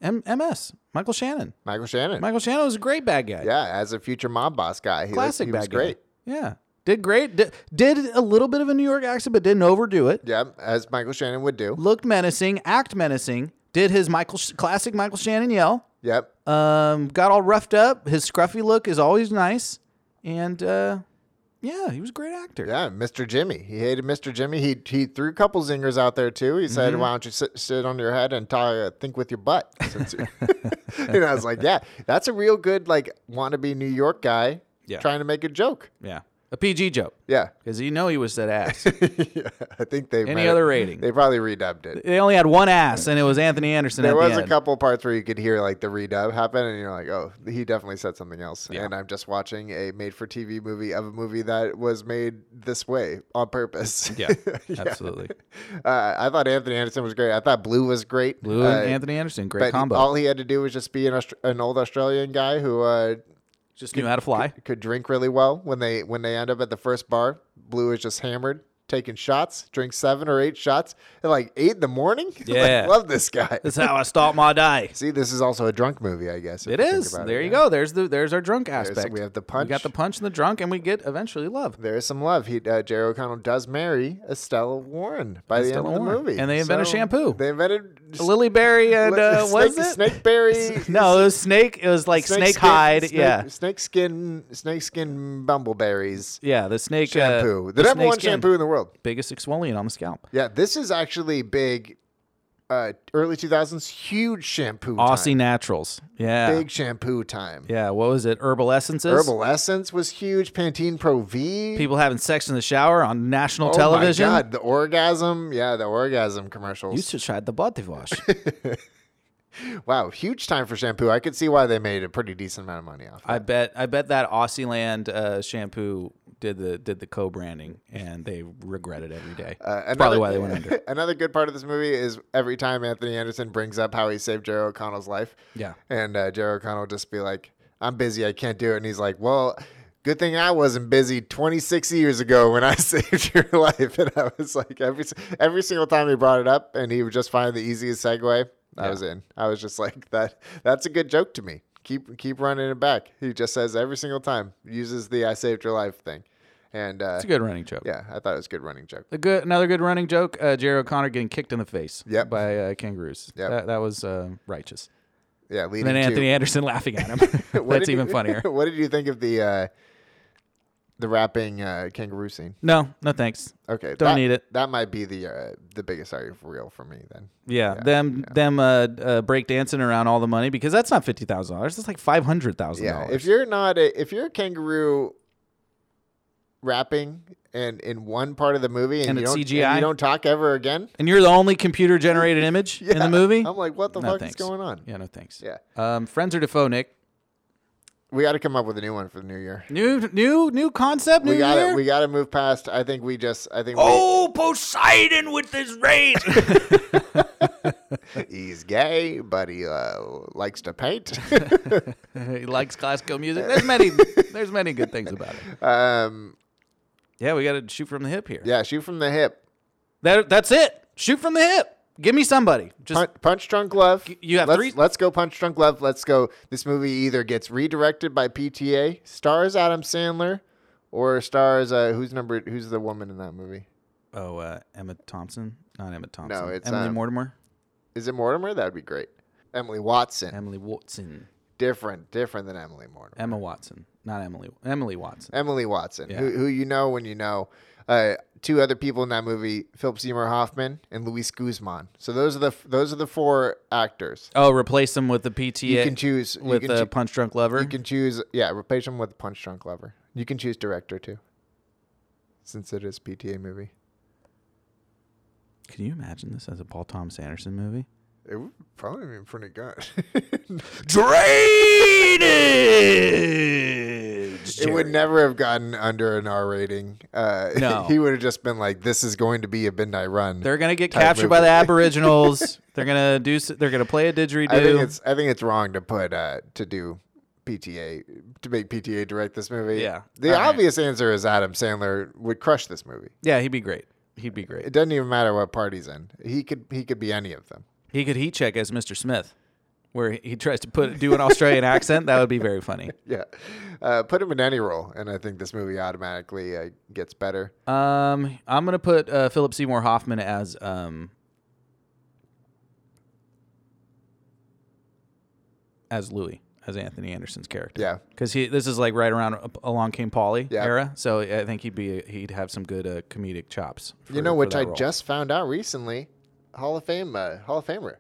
M- MS Michael Shannon. Michael Shannon. Michael Shannon was a great bad guy. yeah, as a future mob boss guy, he, classic he bad was guy. great. Yeah, did great. Did, did a little bit of a New York accent, but didn't overdo it. Yeah, as Michael Shannon would do. Looked menacing, act menacing. Did his Michael classic Michael Shannon yell? Yep. Um, got all roughed up. His scruffy look is always nice, and uh, yeah, he was a great actor. Yeah, Mr. Jimmy. He hated Mr. Jimmy. He he threw a couple zingers out there too. He said, Mm-hmm. "Why don't you sit, sit on your head and talk, uh, think with your butt?" Since you- and I was like, "Yeah, that's a real good like wannabe New York guy Yeah. trying to make a joke." Yeah. a PG joke. Yeah, Because you know he was that ass. I think they might- other rating? They probably redubbed it. they only had one ass, and it was Anthony Anderson. There at was the a end. couple parts where you could hear like the redub happen, and you're like, "Oh, he definitely said something else." And I'm just watching a made-for-TV movie of a movie that was made this way on purpose. Yeah, absolutely. Uh, I thought Anthony Anderson was great. I thought Blue was great. Blue Uh, and Anthony Anderson, but great combo. All he had to do was just be an, Aust- an old Australian guy who uh, Just knew how to fly. could drink really well. When they when they end up at the first bar, Blue is just hammered, taking shots, drinks seven or eight shots at like eight in the morning. Yeah. like, love this guy. That's how I start my day. See, this is also a drunk movie, I guess. if It you think is. about There you yeah. go. There's the there's our drunk aspect. we have the We got punch. the punch and the drunk, and we get eventually love. There is some love. He uh, Jerry O'Connell does marry Estella Warren by the end Estella of the Warren. movie, And they invented shampoo. They invented Lilyberry and uh, snake, was it snakeberry? No, it was snake. It was like snake, skin- hide. snake- yeah, snake skin, snake skin bumbleberries yeah. The snake uh, shampoo, the number snake one skin. shampoo in the world. Biggest exfoliant on the scalp. Yeah, this is actually big. Uh, early two thousands, huge shampoo. Aussie time. Naturals. Yeah, big shampoo time. yeah. What was it? Herbal essences. Herbal Essence was huge. Pantene Pro V. People having sex in the shower on national oh television. My God, the orgasm. Yeah, the orgasm commercials. You should try the body wash. Wow, huge time for shampoo. I could see why they made a pretty decent amount of money off. I bet. I bet that Aussieland uh, shampoo did the did the co-branding, and they regret it every day. Uh, That's probably why they went under. Another good part of this movie is every time Anthony Anderson brings up how he saved Jerry O'Connell's life. Yeah. And uh, Jerry O'Connell will just be like, I'm busy. I can't do it. And he's like, well, good thing I wasn't busy 26 years ago when I saved your life. And I was like, every, s- every single time he brought it up and he would just find the easiest segue, I was in. I was just like, that. that's a good joke to me. Keep, keep running it back. He just says every single time, uses the I saved your life thing. And uh, It's a good running joke. yeah, I thought it was a good running joke. A good, another good running joke. Uh, Jerry O'Connor getting kicked in the face Yep. by uh, kangaroos. Yep. That, that was uh, righteous. Yeah, And leading then to- Anthony Anderson laughing at him. What That's did you- even funnier. What did you think of the uh, the rapping uh, kangaroo scene? No, no thanks. Okay, don't that- need it. That might be the uh, the biggest area for real for me then. Yeah, them them uh, uh, break dancing around all the money because that's not fifty thousand dollars. That's like five hundred thousand Yeah, if dollars. you're not a, if you're a kangaroo rapping and in one part of the movie and, And you it's don't CGI? and you don't talk ever again And you're the only computer generated image in Yeah. the movie. I'm like, what the no fuck thanks. is going on? Yeah, no thanks. Yeah. Um, friends or Defoe, Nick. We got to come up with a new one for the new year. New new new concept. New we got year? to we got to move past. I think we just I think Oh, Poseidon with his rage. we, he's gay, but he uh, likes to paint. he likes classical music. There's many there's many good things about it. um, Yeah, we got to shoot from the hip here. yeah, shoot from the hip. That that's it. Shoot from the hip. Give me somebody. Just Punch, punch drunk love. you have let's, three- Let's go punch drunk love. Let's go. This movie either gets redirected by PTA, stars Adam Sandler, or stars uh, who's number who's the woman in that movie? oh, uh, Emma Thompson. Not Emma Thompson. it's, Emily um, Mortimer. Is it Mortimer? That'd be great. Emily Watson. Emily Watson. different, different than Emily Mortimer. Emma Watson. Not Emily. Emily Watson. Emily Watson, Yeah. who, who you know when you know. Uh, two other people in that movie: Philip Seymour Hoffman and Luis Guzman. So those are the f- those are the four actors. Oh, replace them with the PTA. You can choose you with uh, can the choo- punch drunk lover. You can choose, yeah, replace them with Punch Drunk Lover. You can choose director too, since it is PTA movie. Can you imagine this as a Paul Thomas Anderson movie? It would probably be pretty good. Drainage. it would never have gotten under an R rating. Uh, No. he would have just been like, "This is going to be a midnight run." They're gonna get type captured by movie. the Aboriginals. they're gonna do. s- They're gonna play a didgeridoo. I think it's I think it's wrong to put uh, to do PTA to make PTA direct this movie. Yeah. The All right. obvious answer is Adam Sandler would crush this movie. yeah, he'd be great. He'd be It great. doesn't even matter what part he's in. He could he could be any of them. He could heat check as Mr. Smith, where he tries to put do an Australian accent. That would be very funny. Yeah. Uh, put him in any role, and I think this movie automatically uh, gets better. Um, I'm gonna put uh, Philip Seymour Hoffman as um as Louis, as Anthony Anderson's character. Yeah. because he this is like right around up- along Came Polly Yeah. era. So I think he'd be he'd have some good uh, comedic chops. you for- know, for which that I role. just found out recently, Hall of Fame uh, Hall of Famer,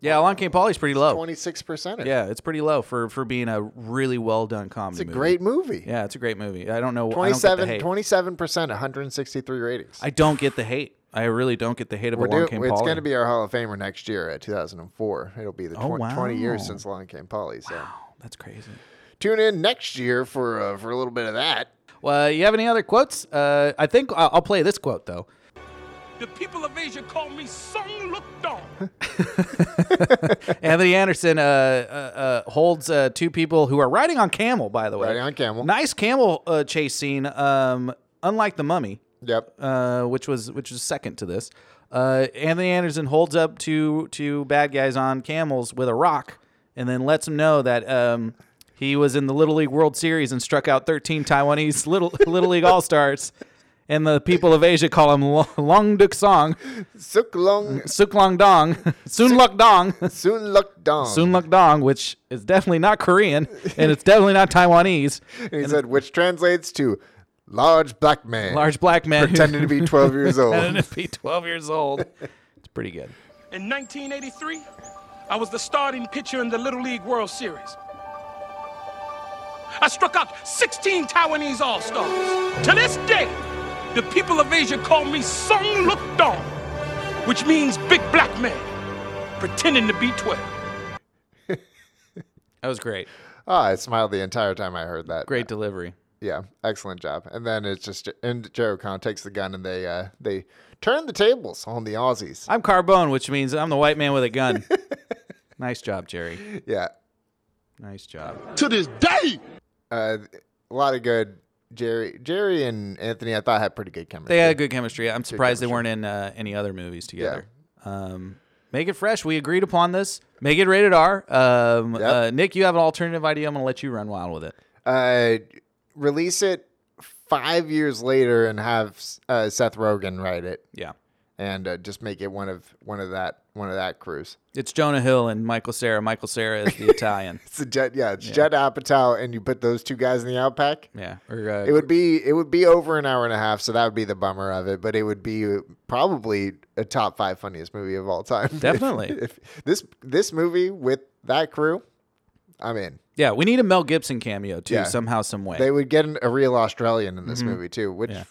yeah, along Came Polly's pretty low. twenty six percent. Oh. Yeah, it's pretty low for for being a really well done comedy. It's a movie. great movie. Yeah, it's a great movie. I don't know. I don't get the 27 hate. 27%, 163 ratings. I don't get the hate. I really don't get the hate of We're Along doing, Came it's Polly. going to be our Hall of Famer next year at 2004. It'll be the Oh, 20, 20 years wow. since Long Came Polly. So That's crazy. tune in next year for uh, for a little bit of that. Well, you have any other quotes? Uh, I think I'll, I'll play this quote though. The people of Asia call me Song Look Dong. Anthony Anderson uh, uh, uh, holds uh, two people who are riding on camel. By the way, Riding on camel. Nice camel uh, chase scene. Um, unlike the Mummy, Yep. uh, which was which was second to this. Uh, Anthony Anderson holds up two two bad guys on camels with a rock, and then lets them know that um, he was in the Little League World Series and struck out 13 Taiwanese little Little League All Stars. And the people of Asia call him Lo- Long Duk Song, Suk Long Suk Long Dong, Soon Luck Dong, Soon Luck Dong. Soon Luck Dong, which is definitely not Korean and it's definitely not Taiwanese. And he said, which translates to large black man. Large black man who- Pretending to be 12 years pretending old. to be 12 years old. It's pretty good. In 1983, I was the starting pitcher in the Little League World Series. I struck out 16 Taiwanese All Stars. To this day, the people of Asia call me Song Look Dong, which means big black man, pretending to be 12. That was great. Ah, I smiled the entire time I heard that. Great delivery. Yeah, excellent job. And then it's just, and Joe Khan takes the gun and they uh, they turn the tables on the Aussies. I'm Carbone, which means I'm the white man with a gun. nice job, Jerry. Yeah, Nice job. to this day. uh, a lot of good. Jerry, Jerry, and Anthony, I thought had pretty good chemistry. They had good chemistry. I'm surprised they weren't in uh, any other movies together. Um, make it fresh. We agreed upon this. Make it rated R. Um, uh, Nick, you have an alternative idea. I'm going to let you run wild with it. uh, release it five years later and have uh, Seth Rogen write it, Yeah. and uh, just make it one of one of that one of that cruise. It's Jonah Hill and Michael Sarah. Michael Sarah is the Italian. It's a jet, yeah, it's Judd Apatow, and you put those two guys in the Outback. Yeah. Or, uh, It would be it would be over an hour and a half, so that would be the bummer of it. But it would be probably a top five funniest movie of all time. If- Definitely. if, this this movie with that crew, I'm in. yeah. We need a Mel Gibson cameo, too, Yeah. somehow, some way. They would get an, a real Australian in this Mm-hmm. movie too. Which, yeah.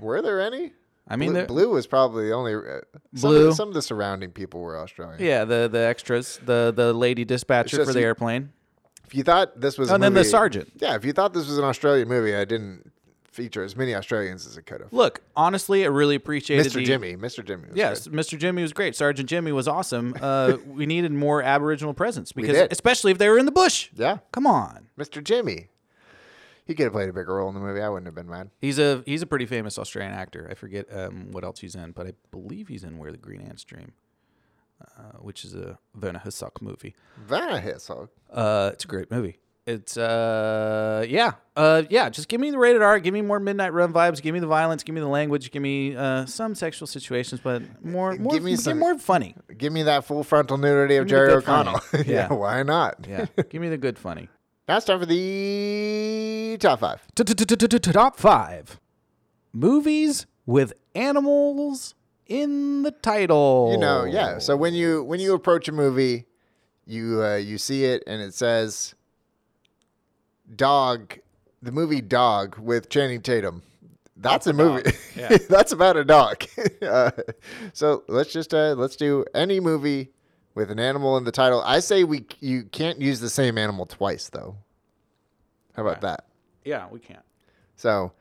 were there any? I mean, Blue, there- Blue was probably the only. Uh, some, Of Blue. the, some of the surrounding people were Australian. yeah. The, the extras, the, the lady dispatcher just for the you- airplane. If you thought this was, a And then the movie- sergeant. Yeah, if you thought this was an Australian movie, I didn't feature as many Australians as it could have. Look, honestly, I really appreciated Mr. the- Jimmy, Mr. Jimmy. was Yes, Mr. Jimmy was great. Sergeant Jimmy was awesome. Uh, we needed more Aboriginal presence because, did. especially if they were in the bush. good. Yeah. Come on, Mr. Jimmy. He could have played a bigger role in the movie. I wouldn't have been mad. he's a he's a pretty famous Australian actor. I forget um, what else he's in, but I believe he's in Where the Green Ants Dream, uh, which is a Werner Herzog movie. Vanna Hissel. Uh, it's a great movie. It's uh yeah uh yeah just give me the rated R give me more Midnight Run vibes give me the violence give me the language give me uh some sexual situations but more more Give me get some- more funny Give me that full frontal nudity of Give me the Jerry good funny. O'Connell. yeah. Yeah. why not? yeah give me the good funny Now it's time for the top five. Top five movies with animals in the title. You know, yeah. So when you when you approach a movie, you uh, you see it and it says dog, the movie Dog with Channing Tatum. That's a movie. That's about a dog. uh, so let's just uh, let's do any movie with an animal in the title. I say we you can't use the same animal twice though. How about that? yeah, we can't. So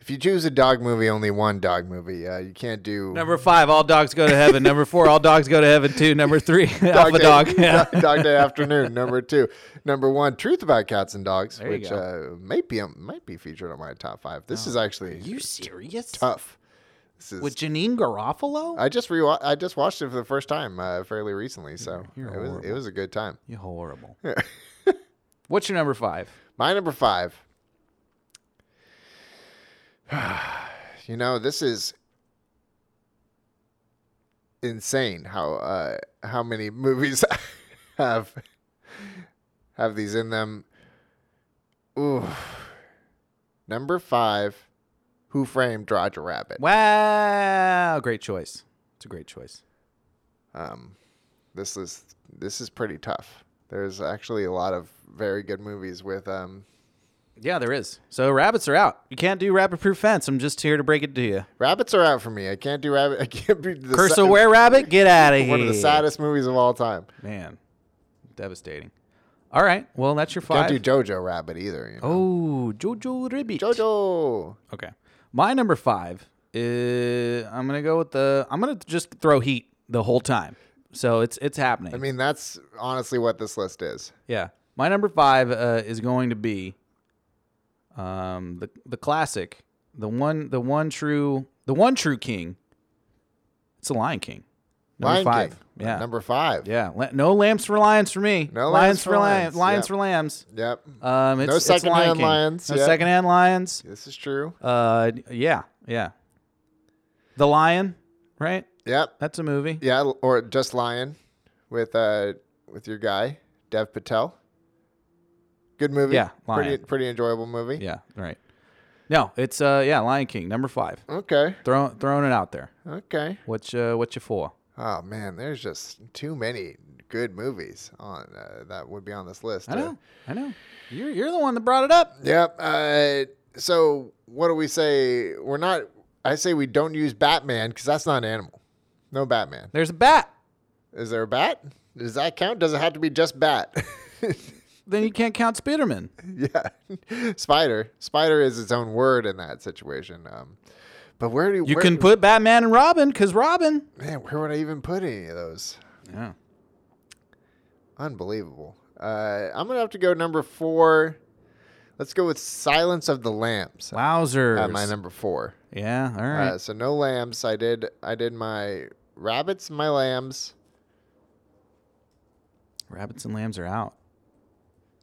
if you choose a dog movie, only one dog movie. Uh, you can't do Number five, all dogs go to heaven. Number four, all dogs go to heaven too. Number three, Day- alpha dog. Yeah. Dog Day Afternoon, number two. Number one, Truth About Cats and Dogs, you Oh, which uh, might be might be featured on my top five. This is actually you serious? tough. This is. With Janine Garofalo? I just re I just watched it for the first time uh, fairly recently, so it was it was a good time. You're horrible. What's your number five? My number five. you know, this is insane how uh, how many movies have have these in them. Ooh. Number five, Who Framed Roger Rabbit? Wow, great choice. It's a great choice. Um, this is this is pretty tough. There's actually a lot of very good movies with um, Yeah, there is. So rabbits are out. You can't do rabbit proof fence. I'm just here to break it to you. rabbits are out for me. I can't do rabbit. I can't be the Curse sa- of Were Rabbit, get out of here. One of the saddest movies of all time. Man, devastating. All right. Well, that's your 5 Can't do Jojo Rabbit either. You know? oh, Jojo Rabbit. Jojo. Okay. My number five is I'm gonna go with the I'm gonna just throw heat the whole time. So it's it's happening. I mean, that's honestly what this list is. yeah. My number five uh, is going to be um the the classic, the one the one true the one true king. It's the Lion King. Number Lion five. King. Yeah. Number five. yeah. La- no lambs for lions for me. No lions, lambs for for lions. lions. Yeah. Lions for lambs. Yep. Um, it's, No it's Lion secondhand King. lions. No Yeah. secondhand lions. This is true. Uh, yeah, yeah. The Lion, right? Yep. That's a movie. Yeah. l- Or just Lion with uh with your guy Dev Patel. Good movie. Yeah, Pretty Lion. pretty enjoyable movie. Yeah, right. No, it's uh, yeah, Lion King, number five. Okay. Throwing throwing it out there. Okay. What's uh, what you for? Oh man, there's just too many good movies on uh, that would be on this list. I Uh, know, I know. You're you're the one that brought it up. Yep. Uh, so what do we say? We're not. I say we don't use Batman because that's not an animal. No Batman. There's a bat. Is there a bat? Does that count? Does it have to be just bat? Then you can't count Spiderman. yeah. Spider. Spider is its own word in that situation. Um, but where do You where, can put Batman and Robin because Robin. Man, where would I even put any of those? Yeah. Unbelievable. Uh, I'm gonna have to go number four. Let's go with Silence of the Lambs. Wowzers. at my number four. yeah. All right. Uh, so no lambs. I did. I did my rabbits, my lambs. Rabbits and lambs are out.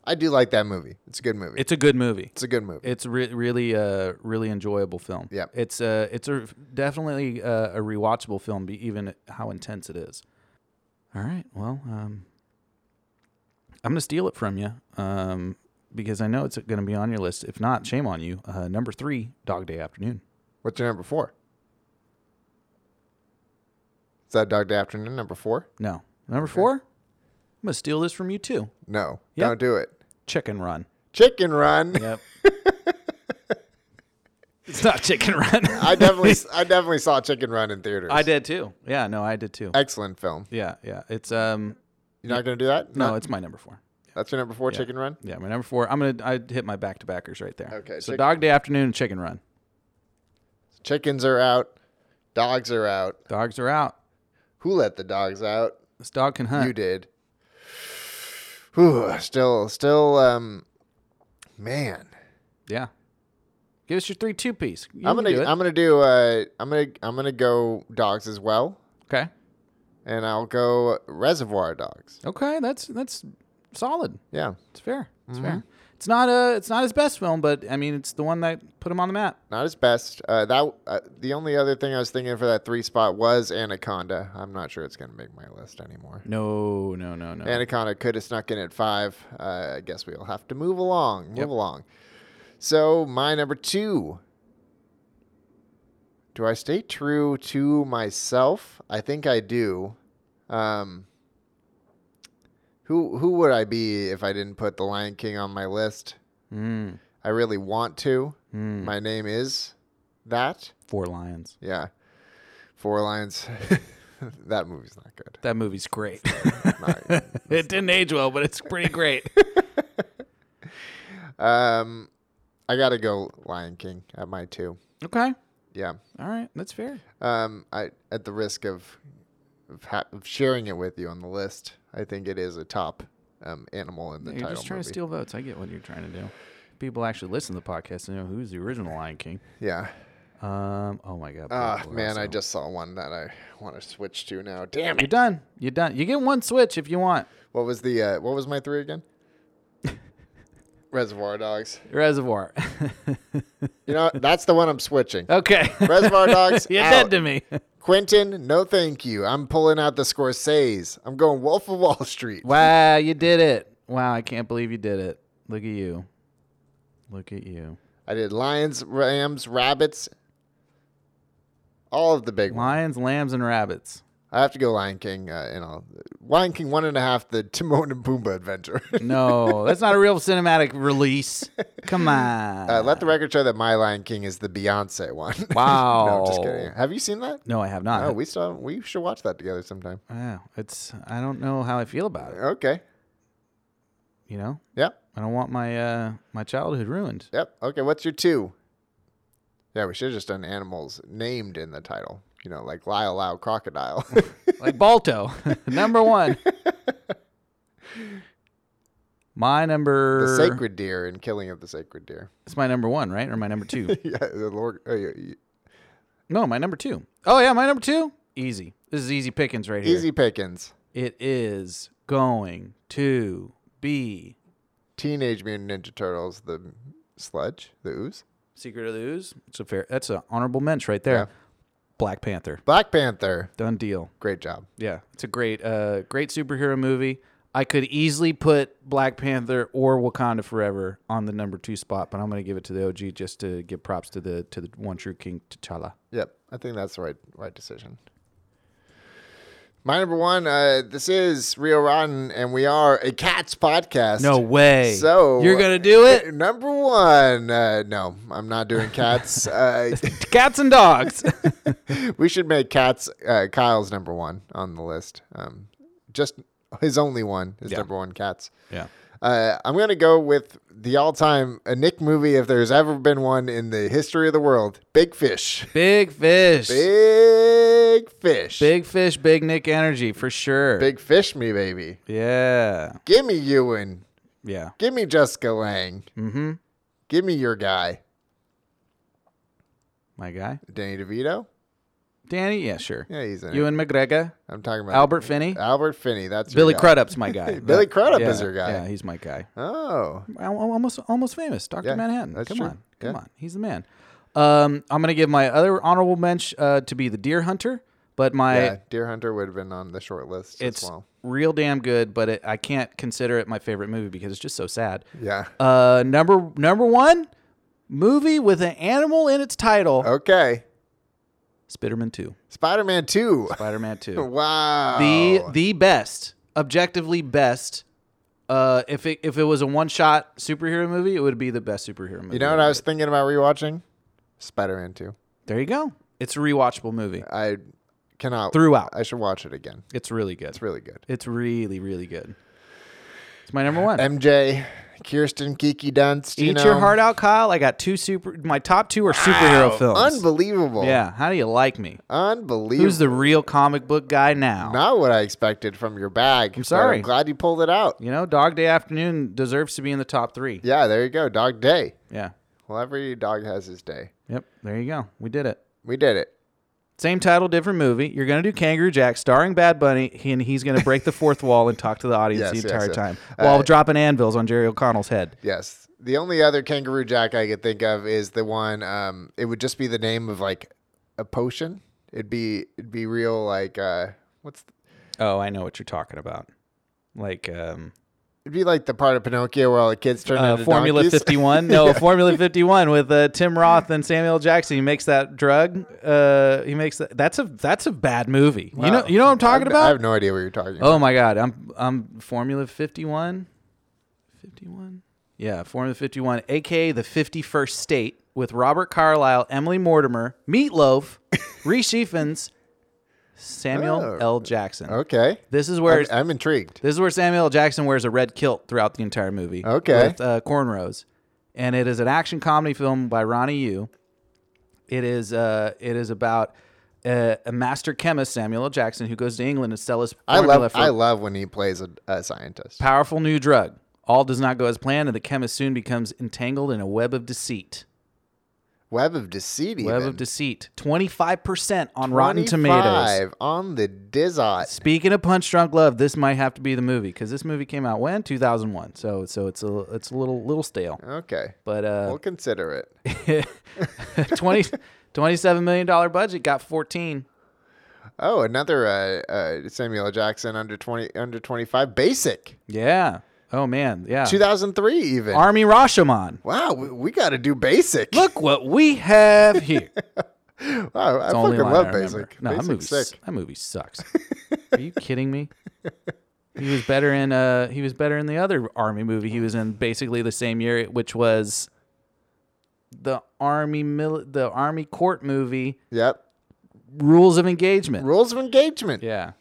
I do like that movie. It's a good movie. It's, It's a good movie. a good movie. It's re- really a really enjoyable film. Yeah. it's a it's a definitely a, a rewatchable film, be- even how intense it is. All right, well, um, I'm gonna steal it from you um, because I know it's gonna be on your list. If not, shame on you. Uh, number three, Dog Day Afternoon. What's your number four? Is that Dog Day Afternoon number four? No, number four. I'm gonna steal this from you too. No, Yeah. don't do it. Chicken Run. Chicken Run. Yep. it's not Chicken Run. I definitely, I definitely saw Chicken Run in theaters. I did too. Yeah, no, I did too. Excellent film. yeah, yeah. It's um. You're not gonna do that? No, it's my number four. that's your number four. Chicken Run. Yeah, my number four. I'm gonna I hit my back to backers right there. Okay, So chick- dog day afternoon and chicken run. Chickens are out. Dogs are out. Dogs are out. Who let the dogs out? This dog can hunt. You did. Whew, still, still, um, man. Yeah. Give us your three two piece. You I'm can gonna, do it. I'm gonna do, uh, I'm gonna, I'm gonna go dogs as well, okay. and I'll go Reservoir Dogs. Okay, that's that's solid. Yeah, It's fair. It's Mm-hmm. fair. It's not a. It's not his best film, but I mean, it's the one that put him on the map. Not his best. Uh, that uh, the only other thing I was thinking for that three spot was Anaconda. I'm not sure it's gonna make my list anymore. No, no, no, no. Anaconda could have snuck in at five. Uh, I guess we'll have to move along. Move along. So my number two. Do I stay true to myself? I think I do. Um, who who would I be if I didn't put The Lion King on my list? I really want to. My name is that. Four Lions. Yeah, Four Lions. that movie's not good. That movie's great. Not- it didn't age well, but it's pretty great. Um, I gotta go Lion King at my two. okay. Yeah. All right. That's fair. Um, I at the risk of of, ha- of sharing it with you on the list, I think it is a top um animal in the You're title just trying movie. to steal votes. I get what you're trying to do. People actually listen to the podcast and know who's the original Lion King. yeah. Um. Oh my God. Ah, Blue Boy man, I also. just saw one that I want to switch to now. Damn You're it! done. You're done. You get one switch if you want. What was the uh, what was my three again? Reservoir Dogs. Reservoir. You know that's the one I'm switching. okay. Reservoir Dogs. You're out. dead to me. Quentin, no thank you. I'm pulling out the Scorsese. I'm going Wolf of Wall Street. Wow, you did it. Wow, I can't believe you did it. Look at you. Look at you. I did lions, rams, rabbits, all of the big ones. Lions, lambs, and rabbits. I have to go Lion King, uh, and I'll Lion King one and a half, the Timon and Pumbaa adventure. No, that's not a real cinematic release. Come on. uh, let the record show that my Lion King is the Beyonce one. wow. no, I'm just kidding. Have you seen that? No, I have not. Oh, we still we should watch that together sometime. wow, it's I don't know how I feel about it. Okay. You know, Yep. I don't want my uh my childhood ruined. Yep. Okay. What's your two? Yeah, we should have just done animals named in the title. You know, like Lyle Lyle Crocodile. Like Balto, number one. My number. the sacred deer and killing of the sacred deer. It's my number one, right, or my number two? yeah, the Lord. Uh, y- y- No, my number two. Oh yeah, my number two. Easy. This is easy pickings right here. easy pickings. It is going to be Teenage Mutant Ninja Turtles, the sludge, the ooze, Secret of the Ooze. It's a fair. That's an honorable mention right there. Yeah. Black Panther. Black Panther. Done deal. Great job. Yeah, it's a great, uh, great superhero movie. I could easily put Black Panther or Wakanda Forever on the number two spot, but I'm going to give it to the OG just to give props to the to the one true king T'Challa. Yep, I think that's the right right decision. My number one. Uh, this is Rio Rotten, and we are a cats podcast. No way. So uh, you're going to do it? Number one. Uh, no, I'm not doing cats. uh, Cats and dogs. we should make cats. Uh, Kyle's number one on the list. Um, just his only one is number one. Cats. yeah. Uh, I'm gonna go with the all-time a Nick movie, if there's ever been one in the history of the world. Big Fish. Big fish. Big Fish. Big fish, big Nick energy for sure. Big Fish, me baby. Yeah. Give me Ewan. Yeah. Give me Jessica Lang. Mm-hmm. Give me your guy, My guy. Danny DeVito. Danny, yeah, sure. Yeah, he's in it. Ewan McGregor. I'm talking about Albert Finney. Albert Finney. That's your Billy guy. Crudup's my guy. Billy Crudup yeah, is your guy. Yeah, he's my guy. Oh, Al- al- Almost almost famous. Dr. Yeah, Manhattan. that's come true. on. Come Yeah. on. He's the man. Um, I'm gonna give my other honorable mention uh, to be the deer hunter, but my yeah. Deer Hunter would have been on the short list it's as well. real damn good, but it, I can't consider it my favorite movie because it's just so sad. Yeah. Uh, number number one movie with an animal in its title. Oh. Okay. Spiderman Two. Spider-Man Two. Spider-Man Two. wow. The the best, objectively best. Uh, if it if it was a one shot superhero movie, it would be the best superhero movie. You know what I was thinking about rewatching? Spider-Man 2. There you go. It's a rewatchable movie. I cannot. Throughout. I should watch it again. It's really good. It's really good. It's really really good. It's my number one. MJ, Kirsten, Kiki Dunst. Eat you know, your heart out, Kyle. I got two super. My top two are superhero films. Unbelievable. Yeah. How do you like me? Unbelievable. Who's the real comic book guy now? Not what I expected from your bag. I'm sorry. I'm glad you pulled it out. You know, Dog Day Afternoon deserves to be in the top three. Yeah, there you go. Dog day. Yeah. Well, every dog has his day. Yep. There you go. We did it. We did it. Same title, different movie. You're going to do Kangaroo Jack starring Bad Bunny, he- and he's going to break the fourth wall and talk to the audience Yes, the yes, entire yes. time Uh, while dropping anvils on Jerry O'Connell's head. Yes. The only other Kangaroo Jack I could think of is the one. Um, it would just be the name of like a potion. It'd be it'd be real like uh, what's the, Oh, I know what you're talking about. Like um, it'd be like the part of Pinocchio where all the kids turn uh, into Formula donkeys. 51. No, Formula 51 with uh, Tim Roth and Samuel L. Jackson. He makes that drug. Uh, he makes that. That's a that's a bad movie. You know you know what I'm talking I have- about. I have no idea what you're talking. about. Oh my god, I'm I'm Formula 51. 51. Yeah, Formula 51, aka the 51st state with Robert Carlyle, Emily Mortimer, Meatloaf, Reese Shephens, Samuel Oh. L. Jackson. Okay. This is where I'm, I'm intrigued. this is where Samuel L. Jackson wears a red kilt throughout the entire movie. Okay. With uh, cornrows. And it is an action comedy film by Ronnie Yu. It is uh, it is about uh, a master chemist, Samuel L. Jackson, who goes to England to sell his I formula love for I love when he plays a, a scientist. powerful new drug. All does not go as planned, and the chemist soon becomes entangled in a web of deceit. Web of deceit. Web even. of deceit. 25% on Rotten Tomatoes. 25 on the Dizot. Speaking of Punch Drunk Love, this might have to be the movie because this movie came out when 2001. So so it's a it's a little little stale. Okay. But uh, We'll consider it. 20, 27 million dollar budget got 14. Oh, another uh, uh, Samuel L. Jackson under twenty under twenty five. Basic Yeah. Oh man. Yeah. two thousand three even. Army Rashomon. wow, we, we got to do basic. Look what we have here. wow, I It's the only fucking line love remember. basic. No, that movie, Basic's s- sick. that movie sucks. Are you kidding me? He was better in uh he was better in the other army movie he was in basically the same year, which was the army mil- the army court movie Yep. Rules of Engagement. Rules of engagement. yeah,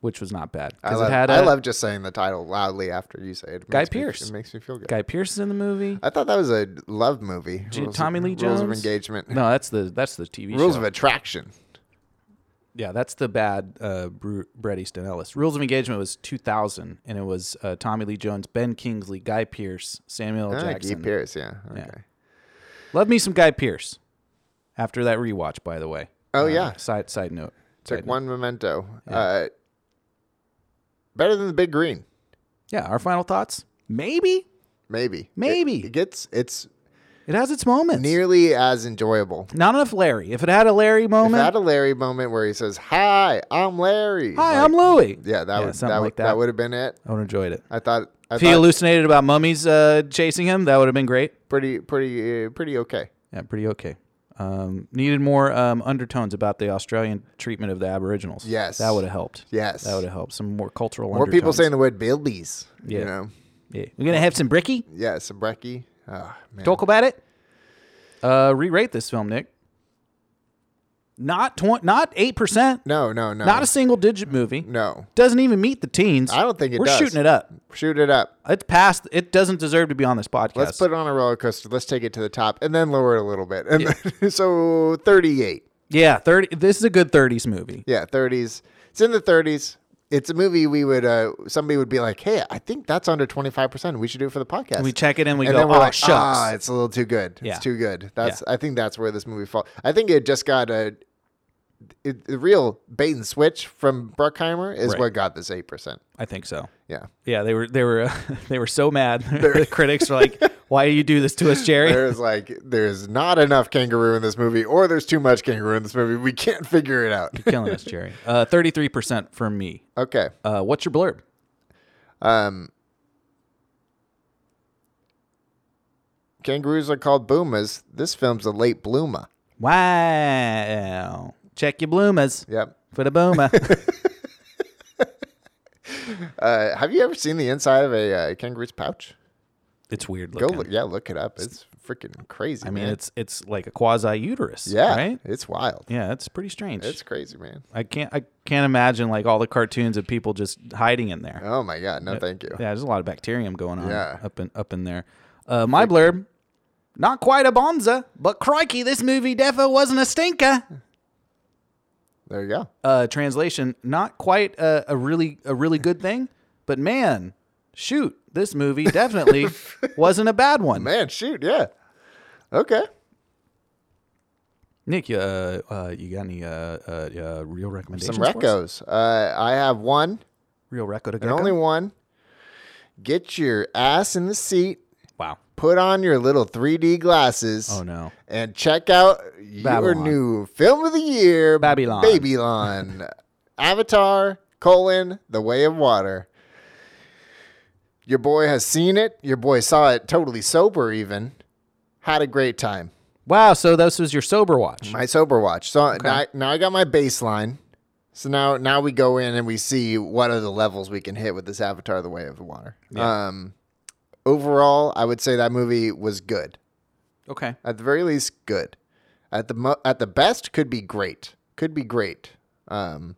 which was not bad I because love, it had I a love just saying the title loudly after you say it. It Guy makes me- Pearce. it makes me feel good. Guy Pearce is in the movie. I thought that was a love movie. Ju- Rules Tommy of, Lee Rules of Jones? engagement. No, that's the that's the TV Rules show. of attraction. Yeah, that's the bad uh, Bru- Bret Easton Ellis. Rules of Engagement was 2000, and it was uh, Tommy Lee Jones, Ben Kingsley, Guy Pearce, Samuel L. Ah, Jackson. Guy Pearce. Yeah. Okay. Yeah. Love me some Guy Pearce. After that rewatch, by the way. Uh, Oh, yeah. Side side note. Took Side note. one memento. Uh, better than the big green. Yeah. Our final thoughts. Maybe Maybe. Maybe. It, it gets it's it has its moments. nearly as enjoyable. Not enough Larry. If it had a Larry If moment, had a Larry moment where he says, "Hi, I'm Larry." hi, Like, I'm Louie. Yeah, that would that, something would- like that. that. would have been it. I would have enjoyed it. I thought I If he thought hallucinated about mummies uh, chasing him, that would have been great. pretty pretty uh, pretty okay. Yeah, pretty okay. Um, needed more um, undertones about the Australian treatment of the Aboriginals. Yes. that would have helped. Yes. that would have helped. Some more cultural. More people undertones. saying the word bilbies. Yeah. You know. Yeah. We're gonna have some bricky. Yeah, Sabrecki. Oh, man. Talk about it. Uh, re-rate this film, Nick. Not tw- not eight percent. No, no, no. Not a single digit movie. no. Doesn't even meet the teens. I don't think it We're does. shooting it up. Shoot it up. It's past. It doesn't deserve to be on this podcast. Let's put it on a roller coaster. Let's take it to the top and then lower it a little bit. And then, so 38. yeah, thirty. This is a good thirties movie. Yeah, 30s. It's in the 30s. It's a movie we would uh, somebody would be like, "Hey, I think that's under 25%. We should do it for the podcast." We check it in, we and go, then we're "Oh, like, shucks." Ah, it's a little too good. Yeah. It's too good. That's I think that's where this movie falls. I think it just got a it, the real bait and switch from Bruckheimer is Right. what got this 8%. I think so. Yeah. Yeah, they were they were they were so mad. the critics were like, "Why do you do this to us, Jerry?" There's like there's not enough kangaroo in this movie or there's too much kangaroo in this movie. We can't figure it out. Killing us, Jerry. Uh, Thirty-three percent for me. okay. Uh, what's your blurb? Um, kangaroos are called boomas. This film's a late bloomer. Wow. Check your bloomers Yep. for the boomer. Uh, have you ever seen the inside of a uh, kangaroo's pouch? it's weird Go looking. look. Yeah, look it up. It's freaking crazy. I mean, man. it's it's like a quasi uterus. yeah, Right. it's wild. Yeah, it's pretty strange. It's crazy, man. I can't I can't imagine like all the cartoons of people just hiding in there. Oh my god, no, thank you. Yeah, there's a lot of bacterium going on Yeah. up in up in there. Uh, my blurb, not quite a bonza, but crikey, this movie defo wasn't a stinker. There you go. Uh, translation, not quite a, a really a really good thing, but man, shoot, this movie definitely wasn't a bad one. Man, shoot, yeah. Okay. Nick, you, uh, uh, you got any uh, uh, uh, real recommendations? Some for us? recos. Uh, I have one Real reco to and gecko? only one. Get your ass in the seat. Wow. Put on your little 3D glasses. Oh, no. And check out your Babylon. new film of the year, Babylon. Babylon, Avatar: colon The Way of Water. Your boy has seen it. Your boy saw it totally sober, even. Had a great time. Wow. So this was your sober watch. My sober watch. So now, I, now I got my baseline. So now now we go in and we see what are the levels we can hit with this Avatar: The Way of the Water. Um, overall, I would say that movie was good. okay. At the very least, good. At the mo- at the best, could be great. Could be great. Um,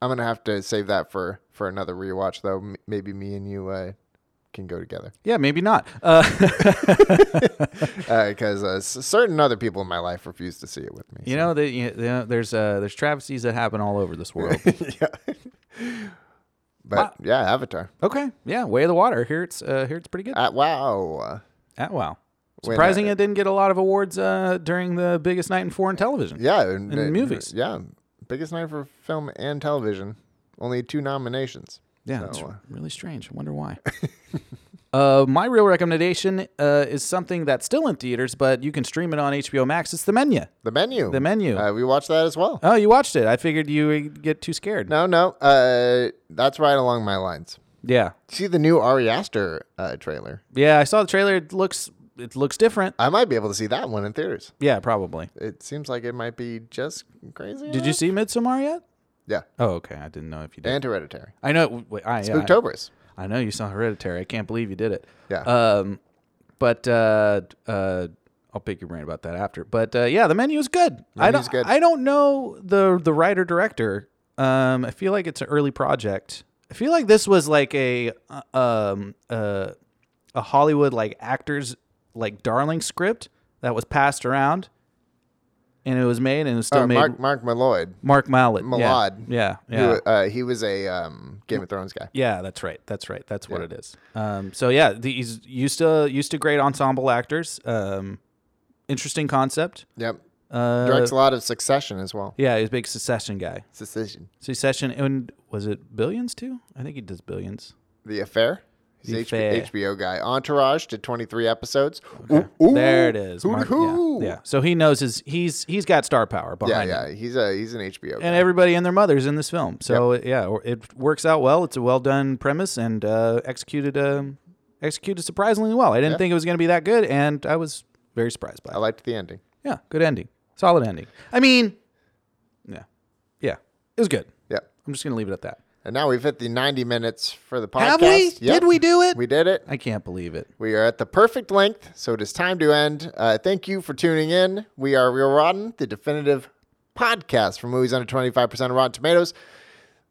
I'm gonna have to save that for for another rewatch though. M- maybe me and you uh, can go together Yeah, maybe not. Uh, because uh, s- certain other people in my life refuse to see it with me. you know, the, you know there's uh, there's travesties that happen all over this world. But yeah, Avatar. okay. Yeah. Way of the water. Here it's uh, here it's pretty good. Uh, wow. At wow. When, Surprising uh, it didn't get a lot of awards uh, during the biggest night in foreign television. Yeah, and, And and- movies. Yeah, biggest night for film and television. Only two nominations. Yeah, it's So, uh, really strange. I wonder why. uh, my real recommendation uh, is something that's still in theaters, but you can stream it on HBO Max. It's The Menu. the menu. The Menu. Uh, we watched that as well. Oh, you watched it. I figured you would get too scared. No, no. Uh, that's right along my lines. Yeah, See the new Ari Aster uh, trailer. yeah. I saw the trailer. It looks it looks different. I might be able to see that one in theaters. Yeah, probably. It seems like it might be just crazy. Did you enough. see Midsommar yet? Yeah, Mm. Oh, okay. I didn't know if you did. and Hereditary. I know. Wait, I, I- Spooktober's. I know you saw Hereditary. I can't believe you did it. Yeah. Um, but uh, uh, I'll pick your brain about that after. But uh, yeah, the menu is good. I Menu's don't. good. I don't know the the writer director. Um, I feel like it's an early project. I feel like this was like a uh, um uh, a Hollywood like actors like darling script that was passed around, and it was made and it was still Uh, made. Mark Mark Malloyd. Mark Mallet. Malad. Yeah. Yeah. Who, yeah. uh, he was a um, Game of Thrones guy. Yeah, that's right. That's right. That's what it is. Um, so yeah, these used to used to great ensemble actors. Um, interesting concept. Yep. Uh, Directs a lot of Succession as well. yeah, he's a big Succession guy. Succession. Succession and was it Billions too? I think he does Billions. The Affair. He's The the Affair. HBO guy. Entourage did 23 episodes. There it is. Who, Mark- who? Yeah, yeah. So he knows his he's he's got star power Yeah, behind him. yeah. He's a he's an HBO guy. And everybody and their mothers in this film. So yeah, or- it works out well. It's a well done premise and uh, executed um, executed surprisingly well. I didn't think it was going to be that good, and I was very surprised by it. I liked the ending. Yeah, good ending. Solid ending. I mean, yeah, yeah, it was good. Yeah. I'm just gonna leave it at that. And now we've hit the 90 minutes for the podcast. Have we? Yep. Did we do it? We did it. I can't believe it. We are at the perfect length, so it is time to end. Uh, thank you for tuning in. We are Real Rotten, the definitive podcast for movies under 25% of Rotten Tomatoes.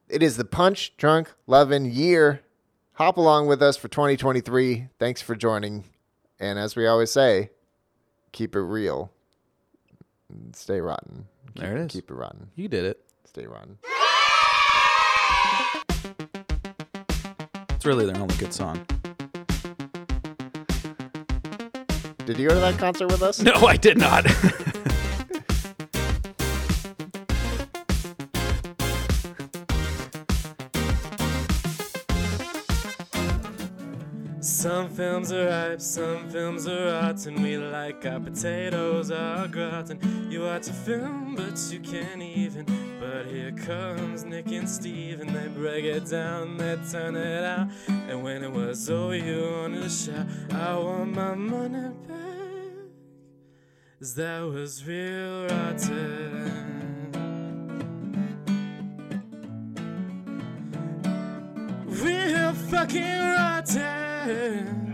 It is the punch drunk loving year. Hop along with us for 2023. Thanks for joining. And as we always say, keep it real. Stay rotten. Keep, There it is. Keep it rotten. You did it. Stay rotten. It's really their only good song. Did you go to that concert with us? No, I did not. Some films are ripe, some films are rotten. We like our potatoes, our gratin. You watch a film, but you can't even. But here comes Nick and Steve, and they break it down, they turn it out. And when it was over, you wanted to shout, I want my money back. 'Cause that was real rotten. Real fucking rotten.